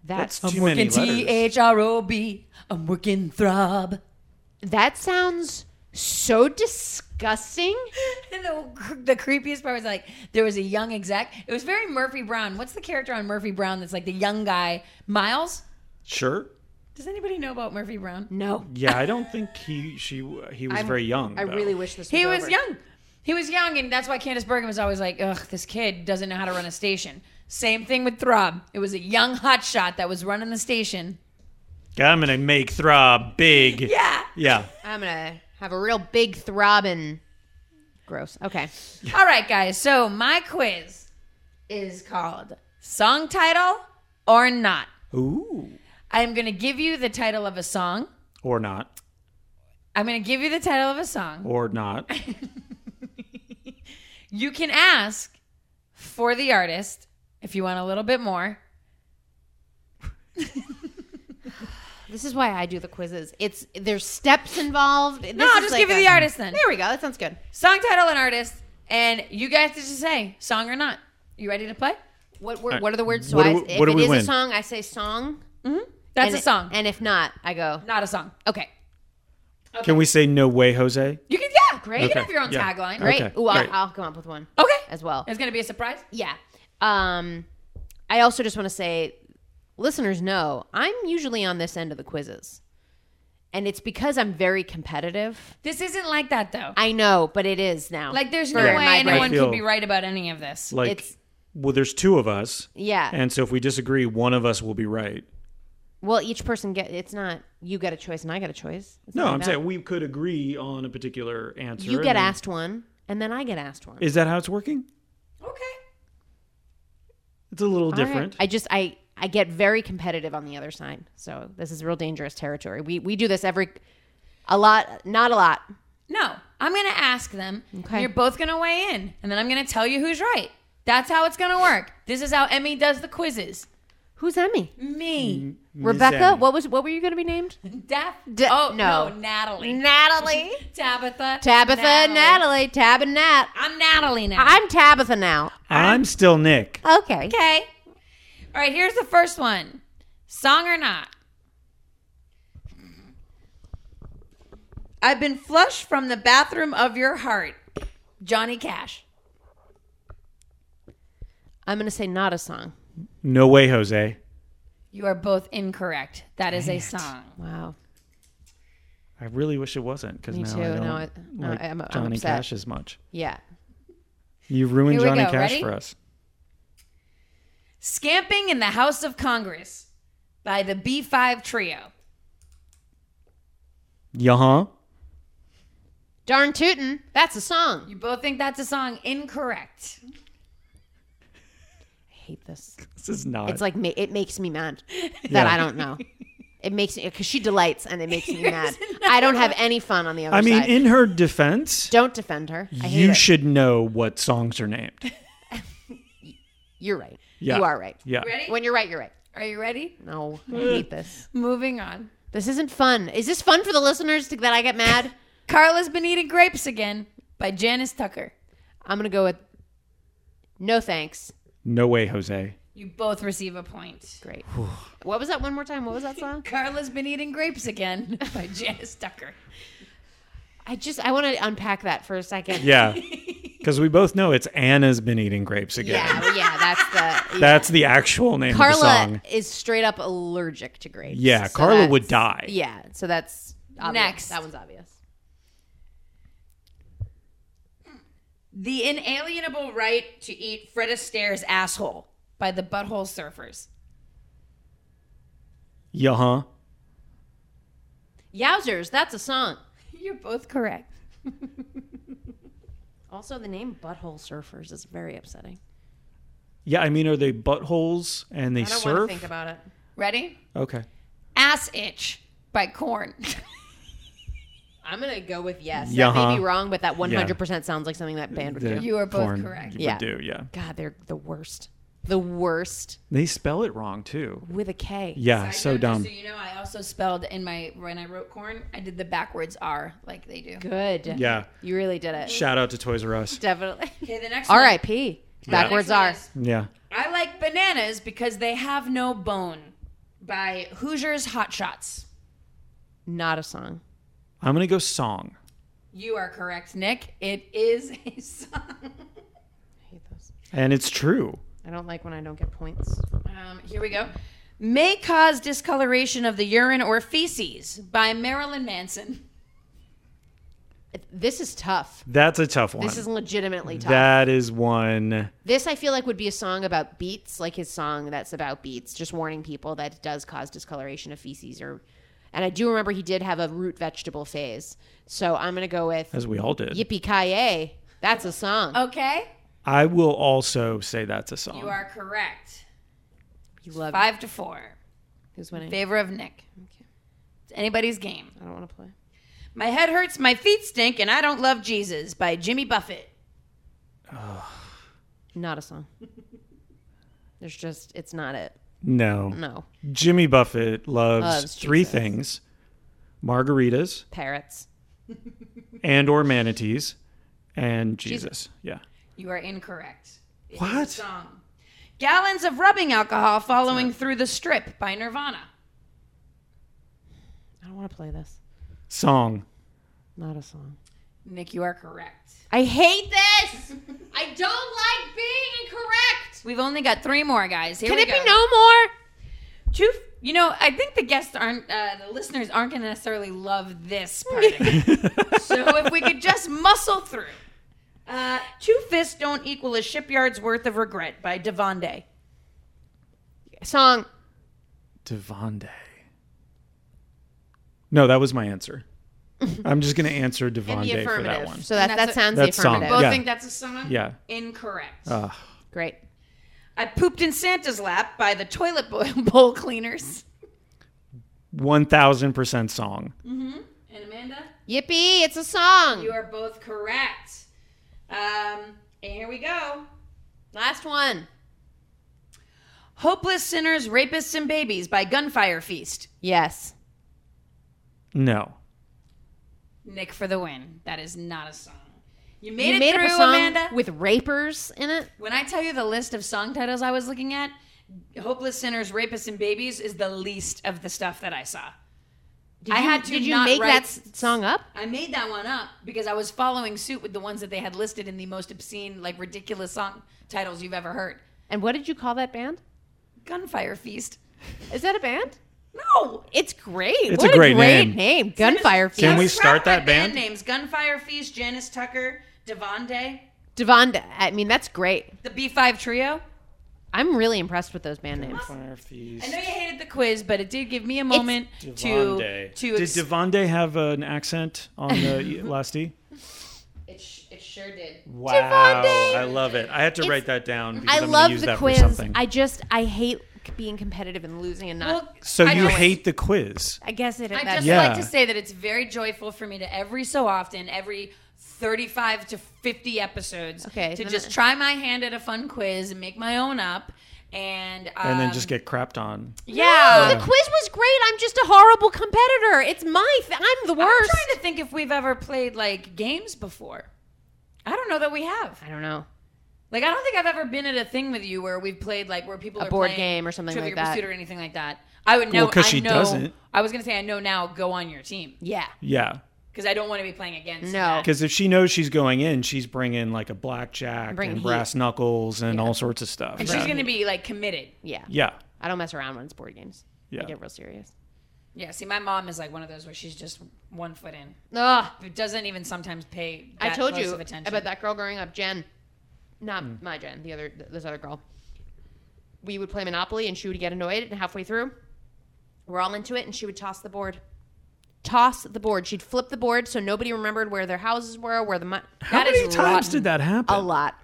That's That's too many letters. T H R O B. I'm working Throb. that sounds so disgusting. And the, the creepiest part was like there was a young exec. It was very Murphy Brown. What's the character on Murphy Brown that's like the young guy? Miles? Sure. Does anybody know about Murphy Brown? No, Yeah, I don't think he she he was very young. I though. really wish this. Was He was over. young. He was young, and that's why Candace Bergen was always like, ugh, this kid doesn't know how to run a station. Same thing with Throb. It was a young hotshot that was running the station. I'm gonna make Throb big. Yeah. Yeah. I'm gonna have a real big throbbing. Gross. Okay. All right, guys. So my quiz is called Song Title or Not. Ooh. I'm going to give you the title of a song. Or not. I'm going to give you the title of a song. Or not. You can ask for the artist if you want a little bit more. This is why I do the quizzes. It's there's steps involved. This No, I'll is just like give you a- the artist then. There we go. That sounds good. Song title and artist, and you guys have to say song or not. You ready to play? What word, what are the words? So What I, do we- if what do it we is a win? song, I say song. That's and a song, And if not, I go not a song. okay. Can we say no way, Jose? You can, yeah, great. You Okay, can have your own yeah. tagline. Great. Okay, Ooh, I'll, great. I'll come up with one Okay. as well. It's gonna be a surprise. Yeah. Um, I also just want to say, listeners know I'm usually on this end of the quizzes, and it's because I'm very competitive. This isn't like that though. I know, but it is now. Like, there's For no way my brain. anyone feel- could be right about any of this. Like, It's- well, there's two of us, Yeah. and so if we disagree, one of us will be right. well, each person get. It's not you got a choice and I got a choice. It's No, not I'm about- saying we could agree on a particular answer. you and get then- asked one, and then I get asked one. Is that how it's working? Okay. It's a little All right. different. I just I I get very competitive on the other side, so this is real dangerous territory. We we do this every a lot, not a lot. No, I'm gonna ask them. Okay. You're both gonna weigh in, and then I'm gonna tell you who's right. That's how it's gonna work. This is how Emmy does the quizzes. Who's Emmy? Me, Rebecca. Emmy. What was what were you going to be named? Daph. Da- oh no. no, Natalie, Natalie. Tabitha, Tabitha, Natalie, Tab and Nat. I'm Natalie now. I'm Tabitha now. I'm still Nick. Okay. Okay. All right, here's the first one. Song or not? I've been flushed from the bathroom of your heart. Johnny Cash. I'm going to say not a song. No way, Jose. You are both incorrect. That is a song. Wow. I really wish it wasn't because Me now too. I No, don't I- no, like I'm- I'm Johnny upset. Cash as much. Yeah. You ruined Here we Johnny go. Cash Ready? for us. Scamping in the House of Congress by the B5 Trio. Yeah. Darn tootin'. That's a song. You both think that's a song. Incorrect. I hate this. This is not. It's like ma- it makes me mad that Yeah. I don't know. It makes me because she delights and it makes me mad. I don't have any fun on the other I mean, side. in her defense, don't defend her. I hate you it. should know what songs are named. you're right. Yeah. You are right. Yeah. Ready? When you're right, you're right. Are you ready? No, I hate this. Moving on. This isn't fun. Is this fun for the listeners to, that I get mad? Carla's Been Eating Grapes Again by Janice Tucker. I'm gonna go with no thanks. No way, Jose. You both receive a point. Great. what was that one more time? What was that song? Carla's been eating grapes again by Janice Tucker. I just I want to unpack that for a second. Yeah. Because we both know it's Anna's been eating grapes again. yeah, well, yeah. That's the That's the actual name of the Carla song. is straight up allergic to grapes. Yeah, so Carla that's- would die. Yeah, so that's obvious. Next. That one's obvious. The inalienable right to eat Fred Astaire's asshole by the Butthole Surfers. Yeah, huh? Yowzers, that's a song. You're both correct. Also, the name Butthole Surfers is very upsetting. Yeah, I mean, are they buttholes and they I don't surf? want to think about it. Ready? okay. Ass itch by Corn. I'm gonna go with yes. That Yeah. may be wrong, but that 100 percent sounds like something that band would do. You are both Corn correct. You Yeah. would do, yeah. God, they're the worst. the worst They spell it wrong too. with a K. Yeah, Side so note, just dumb. So you know, I also spelled in my when I wrote corn, I did the backwards R like they do. Good. Yeah. You really did it. Shout out to Toys R Us. Definitely. Okay, the next one. R.I.P. Backwards Next one R. is, Yeah. I like bananas because they have no bone. By Hoosiers Hot Shots. Not a song. I'm going to go song. You are correct, Nick. It is a song. I hate those. And it's true. I don't like when I don't get points. Um, here we go. May cause discoloration of the urine or feces by Marilyn Manson. This is tough. That's a tough one. This is legitimately tough. that is one. This I feel like would be a song about beets, like his song that's about beets, just warning people that it does cause discoloration of feces or and I do remember he did have a root vegetable phase. So I'm gonna go with As we all did. Yippee Kaye. That's a song. Okay, I will also say that's a song. you are correct. you love it. Five to four, who's winning? in favor of Nick. It's anybody's game. I don't wanna play. My head hurts, my feet stink, and I don't love Jesus by Jimmy Buffett. Not a song. There's just it's not it. No. No. Jimmy Buffett loves, Loves three Jesus. things margaritas Parrots. and or manatees and Jesus. Yeah. You are incorrect. It is a What? song. Gallons of rubbing alcohol following through the strip by Nirvana. I don't wanna play this. Song. Not a song. Nick, you are correct. I hate this! I don't like being incorrect! We've only got three more guys. Here Can we it be go. no more? Two, you know, I think the guests aren't, uh, the listeners aren't going to necessarily love this part. of it. so if we could just muscle through. Uh, two fists don't equal a shipyard's worth of regret by Devonde. Song. Devonde. No, that was my answer. I'm just going to answer Devonde for that one. So that, And that that's sounds That's the song. affirmative. Both Yeah. Ah. think that's a song? Yeah. Incorrect. Ugh. Great. I pooped in Santa's lap by the toilet bo- bowl cleaners. 1000% song. And Amanda, Yippee, it's a song. you are both correct. Um, and here we go. Last one. Hopeless Sinners, Rapists, and Babies by Gunfire Feast. Yes. No. Nick for the win. That is not a song. You made it you made through, up a song Amanda. with rapers in it. when I tell you the list of song titles I was looking at, Hopeless Sinners, Rapists, and Babies is the least of the stuff that I saw. Did I you, had to Did you not make that write- s- song up? I made that one up because I was following suit with the ones that they had listed in the most obscene, like ridiculous song titles you've ever heard. And what did you call that band? Gunfire Feast. Is that a band? No. It's great. It's what a great great name. name. Gunfire Feast. Can we Let's start wrap my that band? names: Gunfire Feast, Janice Tucker, Devonde, Devonda. I mean, that's great. the B5 Trio. I'm really impressed with those band names. I know you hated the quiz, but it did give me a moment to to Did ex- Devonde have an accent on the last E? it, sh- it sure did. Wow. Devonde! I love it. I had to write that down because I am going to love use the that quiz. for something. I just I hate c- being competitive and losing and not. Well, so I you know it. hate the quiz. I guess it. I that's- just Yeah. like to say that it's very joyful for me to every so often, every 35 to 50 episodes, Okay, to then just I- try my hand at a fun quiz and make my own up. And, um, And then just get crapped on. yeah. The quiz was great. I'm just a horrible competitor. It's my. Th- I'm the I'm worst. trying to think if we've ever played like games before. I don't know that we have. I don't know. Like, I don't think I've ever been at a thing with you where we've played like where people A are board playing game or something Trivia like that. Pursuit or anything like that. I would know. Well, 'cause I she know, doesn't. I was gonna say I know now. Go on your team Yeah. Yeah. because I don't want to be playing against. No. that. Because if she knows she's going in, she's bringing like a blackjack Bringing and heat. brass knuckles and all sorts of stuff. and she's Mm-hmm. gonna be like committed. Yeah. yeah. I don't mess around when it's board games. Yeah. I get real serious. Yeah. See, my mom is like one of those where she's just one foot in. Ugh. It doesn't even sometimes pay. I that told close you of attention. about that girl growing up, Jen. Not Mm. my Jen, the other th- this other girl. We would play Monopoly and she would get annoyed and halfway through, we're all into it and she would toss the board. Toss the board. She'd flip the board so nobody remembered where their houses were, where the mon- How That is many times rotten. did that happen? a lot.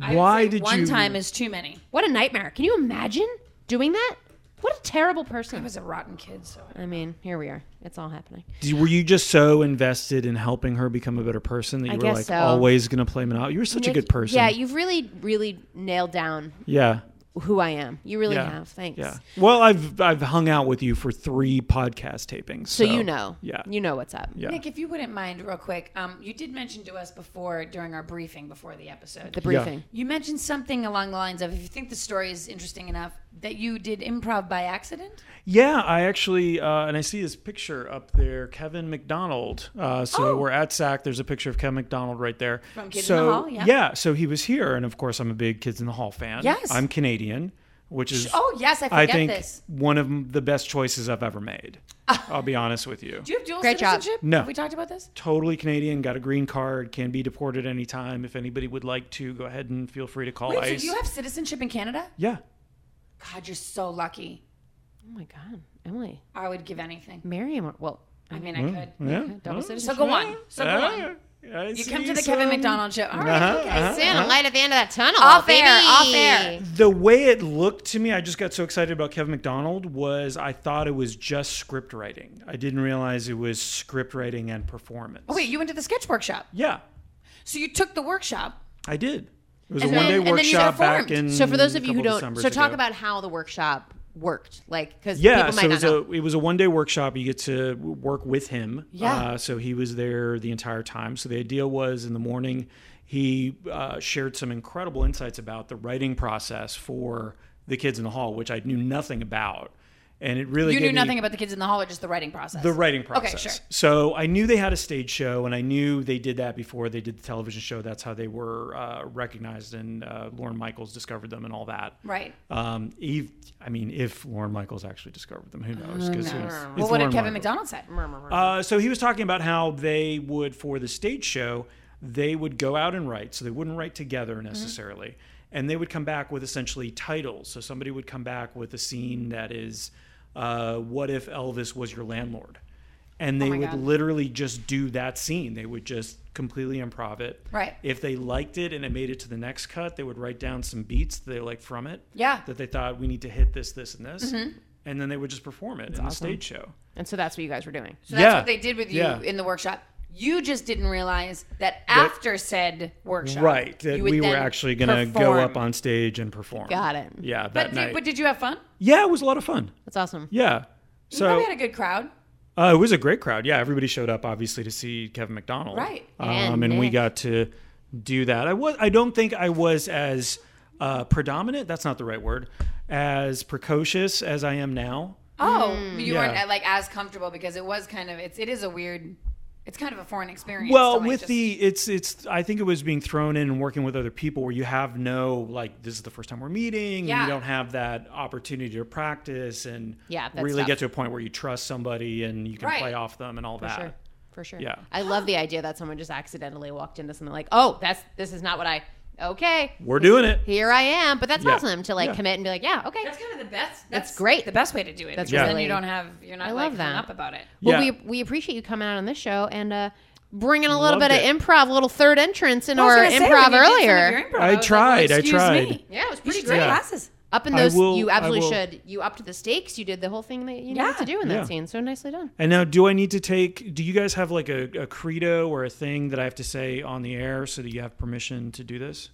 I would Why say did one you? time is too many? What a nightmare. Can you imagine doing that? What a terrible I person. was a rotten kid, so I mean, here we are. It's all happening. Do- Were you just so invested in helping her become a better person that you were guess like so. always going to play Monopoly? You were such a Nick, good person. Yeah, you've really, really nailed down Yeah. who I am. You really Yeah. have. Thanks. Yeah. Well, I've I've hung out with you for three podcast tapings. So, you know. Yeah. You know what's up. Yeah. Nick, if you wouldn't mind, real quick, um, you did mention to us before during our briefing before the episode. The briefing. you mentioned something along the lines of if you think the story is interesting enough that you did improv by accident. Yeah, I actually, uh, and I see his picture up there, Kevin McDonald. Uh, so we're at SAC. There's a picture of Kevin McDonald right there. Oh. From Kids in so, the Hall, yeah. so he was here, and of course, I'm a big Kids in the Hall fan. Yes. I'm Canadian, which is Oh yes, I I forget think this. one of the best choices I've ever made. I'll be honest with you. Do you have dual Great job. citizenship? No. Have we talked about this? Totally Canadian, got a green card, can be deported anytime. If anybody would like to, go ahead and feel free to call Wait, ICE. so you have citizenship in Canada? yeah. God, you're so lucky. Oh my God. Emily. I would give anything. Marry him. Well, I mean, Hmm? I could. Yeah. Oh, double So citizenship. go on. So go on. Yeah, I You come see Uh-huh, to the Kevin some- McDonald show. All right, okay. Sin, a light at the end of that tunnel. Off baby. air, off air. The way it looked to me, I just got so excited about Kevin McDonald was I thought it was just script writing. I didn't realize it was script writing and performance. Oh, wait, you went to the sketch workshop. Yeah, So you took the workshop. I did. It was And a one day then- and then you workshop back performed. in. So for those of a you who couple don't, Decembers so talk ago. about how the workshop worked, like because Yeah, people so might it was not know. a it was a one day workshop. You get to work with him. Yeah. Uh, so he was there the entire time. So the idea was in the morning, he uh, shared some incredible insights about the writing process for the kids in the hall, which I knew nothing about, and it really You gave knew me- nothing about the kids in the hall or just the writing process. The writing process. Okay, sure. So I knew they had a stage show, and I knew they did that before they did the television show. That's how they were uh, recognized, and uh, Lauren Michaels discovered them and all that. Right. Um, Eve, I mean, if Lauren Michaels actually discovered them, who knows? 'cause it's- it's Oh, well, what did Lorne Kevin Michaels. McDonald "Mm, say? Uh, so he was talking about how they would, for the stage show, they would go out and write. So they wouldn't write Mm-hmm. together necessarily. And they would come back with essentially titles. So somebody would come back with a scene that is, uh, What if Elvis was your landlord? And they Oh my would God. literally just do that scene. They would just completely improv it. Right. If they liked it and it made it to the next cut, they would write down some beats that they liked from it. Yeah. Mm-hmm. That they thought we need to hit this, this, and this. And then they would just perform it in the stage show. and so that's what you guys were doing. So that's yeah. what they did with you Yeah. in the workshop. You just didn't realize that after said workshop, Right. That you would we were then actually going to go perform. up on stage and perform. Got it. Yeah, that But night. did, but did you have fun? yeah, it was a lot of fun. That's awesome. Yeah. You probably So had a good crowd. uh, it was a great crowd. Yeah, everybody showed up obviously to see Kevin McDonald. Right. Um, And and we Nick. got to do that. I was I don't think I was as uh, predominant, that's not the right word, as precocious as I am now. Oh, you Yeah. weren't uh, like as comfortable because it was kind of it's it is a weird, it's kind of a foreign experience. Well, to, like, with just- the it's it's I think it was being thrown in and working with other people where you have no like this is the first time we're meeting. and Yeah. You don't have that opportunity to practice and Yeah, that's really tough. get to a point where you trust somebody and you can Right. play off them and all that. Sure. For sure. Yeah. I love the idea that someone just accidentally walked into something like, oh, that's this is not what I. Okay. We're doing it. Here I am, but that's Yeah. awesome to like Yeah. commit and be like, yeah, okay. that's kind of the best. That's, great. The best way to do it. That's That's because then really- you don't have you're not I like love hung that. up about it. Well, Yeah. we we appreciate you coming out on this show and uh, bringing a little Loved bit it. of improv, a little third entrance into I was our gonna say, when improv you did some of your improv, earlier. I was like, well, tried, I excuse tried. me. Yeah, it was You pretty should great. take Yeah. classes. Up in I those, will- you I absolutely will- should. You upped the stakes. You did the whole thing that you Yeah. needed to do in that Yeah. scene. So nicely done. And now do I need to take do you guys have like a, a credo or a thing that I have to say on the air so that you have permission to do this?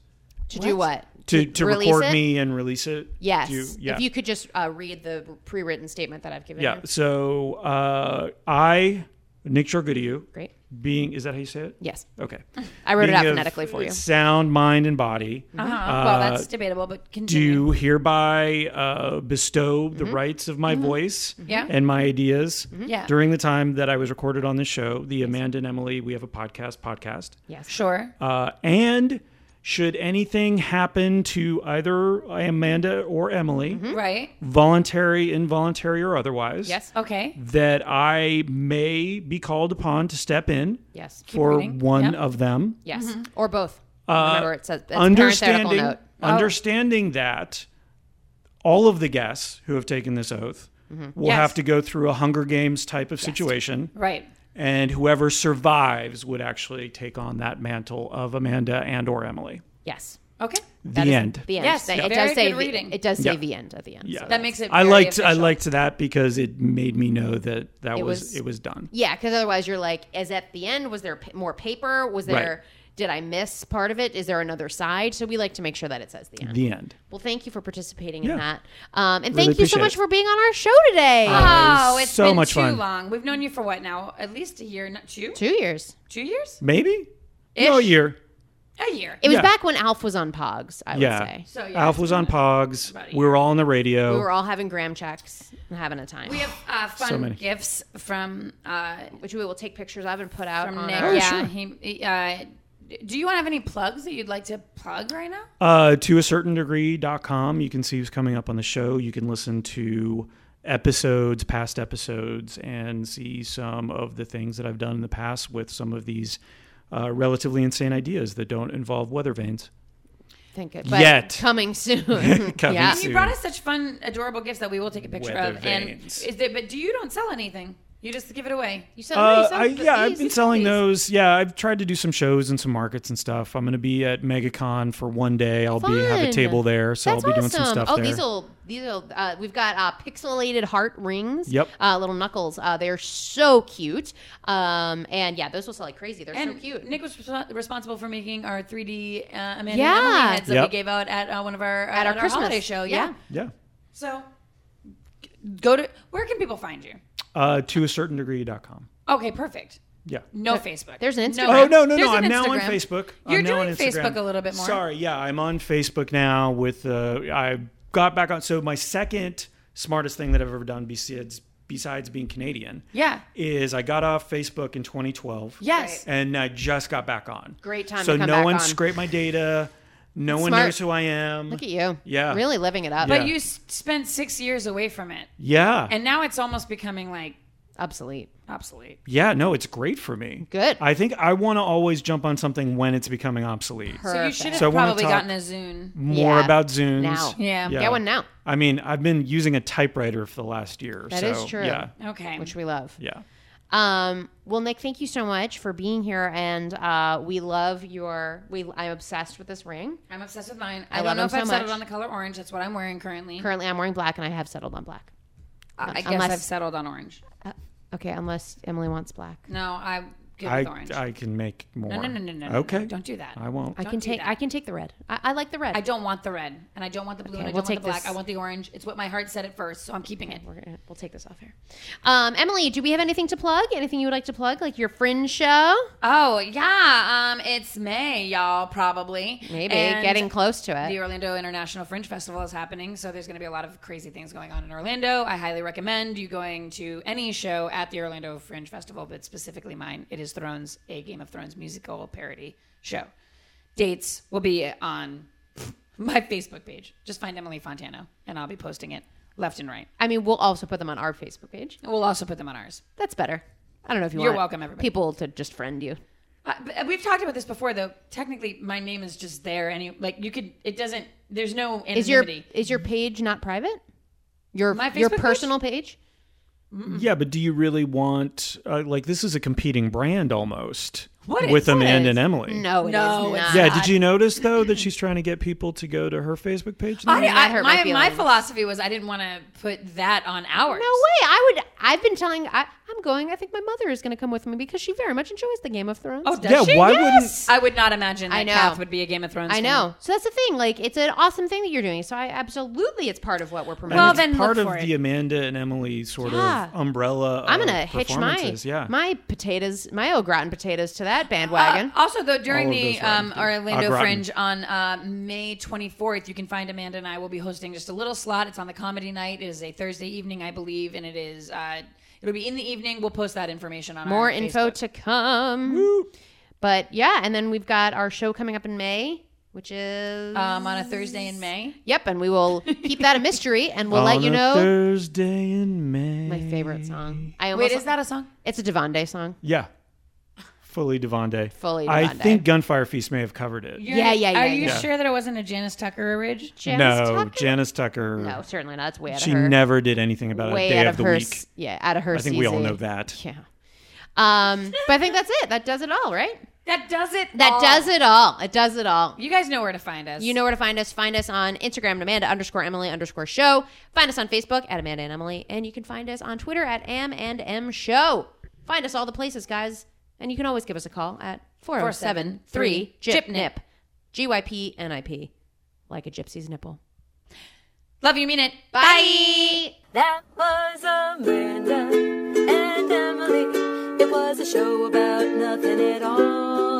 To do what? To to release record it? me and release it? Yes. Do you- yeah. If you could just uh, read the pre-written statement that I've given yeah. you. So uh, I Nick Jorgudiu Great. being is that how you say it? Yes. Okay. I wrote it Being out of phonetically for you. Sound, mind, and body. uh, Uh-huh. well, that's debatable, but continue. Do hereby uh, bestow the Mm-hmm. rights of my voice Yeah. and my ideas Yeah. during the time that I was recorded on this show, the Amanda and Emily We Have a Podcast podcast. Sure. Uh, and should anything happen to either Amanda or Emily, Right. voluntary, involuntary, or otherwise, Mm-hmm. Yes. Mm-hmm. Okay. that I may be called upon to step in Yes. for reading. one Yep. of them. Yes. Or both. Uh, Remember, it says it's a understanding parenthetical note. understanding that all of the guests who have taken this oath will Yes. have to go through a Hunger Games type of situation, Right. and whoever survives would actually take on that mantle of Amanda and or Emily. Yes. Okay. That The is end. The end. Yes, That- very It does say good the- reading. It does say Yeah. the end at the end. Yeah. So That makes it. I very liked I official. liked that because it made me know that that was, was- it was done. Yeah, because otherwise you're like, is at the end was there pa- more paper? Was there Did I miss part of it? Is there another side? So we like to make sure that it says the end. The end. Well, thank you for participating Yeah. in that. Um, and Really thank you so appreciate much it. Uh, for being on our show today. Uh, Oh, it's so been much too fun. long. We've known you for what now? At least a year, not two? Two years. Two years? Maybe? No, a Ish. year. A year. It was Yeah. back when Alf was on Pogs, I would Yeah. say. So, yeah, Alf it's was been on a- Pogs. about a We were all on the radio. We were all having graham checks and having a time. We have uh, fun So many. gifts from uh, which we will take pictures of and put out from on Nick. Oh, our- yeah, he. he, uh, do you want to have any plugs that you'd like to plug right now? Uh, to a certain degree.com. You can see who's coming up on the show. You can listen to episodes, past episodes, and see some of the things that I've done in the past with some of these uh, relatively insane ideas that don't involve weather vanes. Thank it. Yet. coming soon. Coming yeah. soon. You brought us such fun, adorable gifts that we will take a picture Weather of. vanes. And is there, but do you don't sell anything? You just give it away. You said Uh, nice, I, huh? yeah, I've These- been these- selling these. those. Yeah, I've tried to do some shows and some markets and stuff. I'm going to be at MegaCon for one day. I'll be have a Fun. table there, so That's I'll be doing some awesome. stuff Oh, there. these will these will. Uh, we've got uh, pixelated heart rings. Yep. Uh, little knuckles. Uh, they're so cute. Um, and yeah, those will sell like crazy. They're so And cute. Nick was respo- responsible for making our 3D uh, Amanda Yeah. and Emily heads that Yep. we gave out at uh, one of our at, our our, Christmas. holiday show. Yeah. Yeah. yeah, So g- go to where can people find you? uh, to a certain degree.com. Okay, perfect. Yeah. No Facebook. there's an Instagram. Oh no no There's no! an I'm now on Instagram. Facebook. You're I'm now on doing Instagram. Facebook a little bit more. Sorry, yeah, I'm on Facebook now. With uh, I got back on. So my second smartest thing that I've ever done, besides besides being Canadian, Yeah. is I got off Facebook in 2012. Yes. and I just got back on. Great time So to come no back one on. scraped my data. No one Smart. knows who I am. Look at you. Yeah. Really living it up. But Yeah. you s- spent six years away from it, Yeah. and now it's almost becoming like Obsolete. obsolete. yeah. No, it's great for me. Good. I think I want to always jump on something when it's becoming obsolete. So you Perfect. should have So I wanna probably talk- gotten a Zune. More Yeah. about Zooms. Now. Yeah. Get one now. I mean, I've been using a typewriter for the last year. That so, is true. Yeah. Okay. Which we love. Yeah. Um, well, Nick, thank you so much for being here, and uh, we love your. We I'm obsessed with this ring. I'm obsessed with mine. I, love don't them know if so I've settled much. on the color orange. That's what I'm wearing currently. Currently, I'm wearing black, and I have settled on black. I guess Unless- I've settled on orange. Uh, okay, unless Emily wants black, No, I'm good I, uh, with orange. I can make more. no, no, no, no, no. no, Okay. no, don't do that. I won't. I can do take. that. I can take the red. I, I like the red. I don't want the red, and I don't want the blue, and I we'll don't want the take black. this. I want the orange. It's what my heart said at first, so I'm keeping it. We're gonna, we'll take this off here. Um, Emily, do we have anything to plug? Anything you would like to plug, like your fringe show? Oh yeah, um, it's May, y'all probably Maybe And getting close to it. The Orlando International Fringe Festival is happening, so there's going to be a lot of crazy things going on in Orlando. I highly recommend you going to any show at the Orlando Fringe Festival, but specifically mine. It is Thrones, a Game of Thrones musical parody show. Dates will be on my Facebook page. Just find Emily Fontano, and I'll be posting it left and right. I mean, we'll also put them on our Facebook page. We'll also put them on ours. That's better. I don't know if you You're want welcome, everybody. people to just friend you. Uh, but we've talked about this before, though. Technically, my name is just there. Any like you could, it doesn't. There's no anonymity. Is your is your page not private? Your My your Facebook page? personal page? Yeah, but do you really want, uh, like, this is a competing brand almost What is- with Amanda what and is- Emily? No, it is No, it's not. Yeah, did you notice, though, that she's trying to get people to go to her Facebook page? now? I, That I, hurt my my, my feelings. philosophy was I didn't want to put that on ours. No way. I would. I've been telling. I, I'm going. I think my mother is going to come with me because she very much enjoys the Game of Thrones. Oh, does yeah, she? why I would not imagine that I I know. Kath would be a Game of Thrones. I fan. know. So that's the thing. Like, it's an awesome thing that you're doing. So I absolutely, it's part of what we're promoting. wouldn't. Well, it's then look part for of it. the Amanda and Emily sort Yeah. of umbrella. Of I'm gonna hitch my performances, yeah. my potatoes, my au gratin potatoes to that Uh, bandwagon. also, though, during All of the those rhymes, um, dude. Orlando Au gratin. Fringe on uh, May 24th, you can find Amanda and I will be hosting just a little slot. It's on the comedy night. It is a Thursday evening, I believe, and it is. Uh, It'll be in the evening. We'll post that information uh, on More our info Facebook. to come. But yeah, and then we've got our show coming up in May, which is um, on a Thursday in May. yep, and we will keep that a mystery, and we'll let On you a know. Thursday in May. my favorite song. I almost Wait, is that a song? it's a Devonde song? Yeah. Fully Devonde. Fully I Devon Day. think Gunfire Feast may have covered it. You're- Yeah, yeah, yeah, Are you yeah. sure that it wasn't a Janice Tucker ridge? Janice no, Tucker? Janice Tucker. No, certainly not. It's way out She of her. never did anything about way a day out of, of the her. week. s- Yeah, out of her. I think we all CZ. know that. Yeah. Um, but I think that's it. That does it all, right? That does it. That all. does it all. It does it all. You guys know where to find us. You know where to find us. Find us on Instagram at Amanda underscore Emily underscore show. Find us on Facebook at Amanda and Emily. And you can find us on Twitter at Am and M Show. Find us all the places, guys. And you can always give us a call at 407 3 Gyp Nip. G Y P N I P. Like a gypsy's nipple. Love you, mean it. Bye. That was Amanda and Emily. It was a show about nothing at all.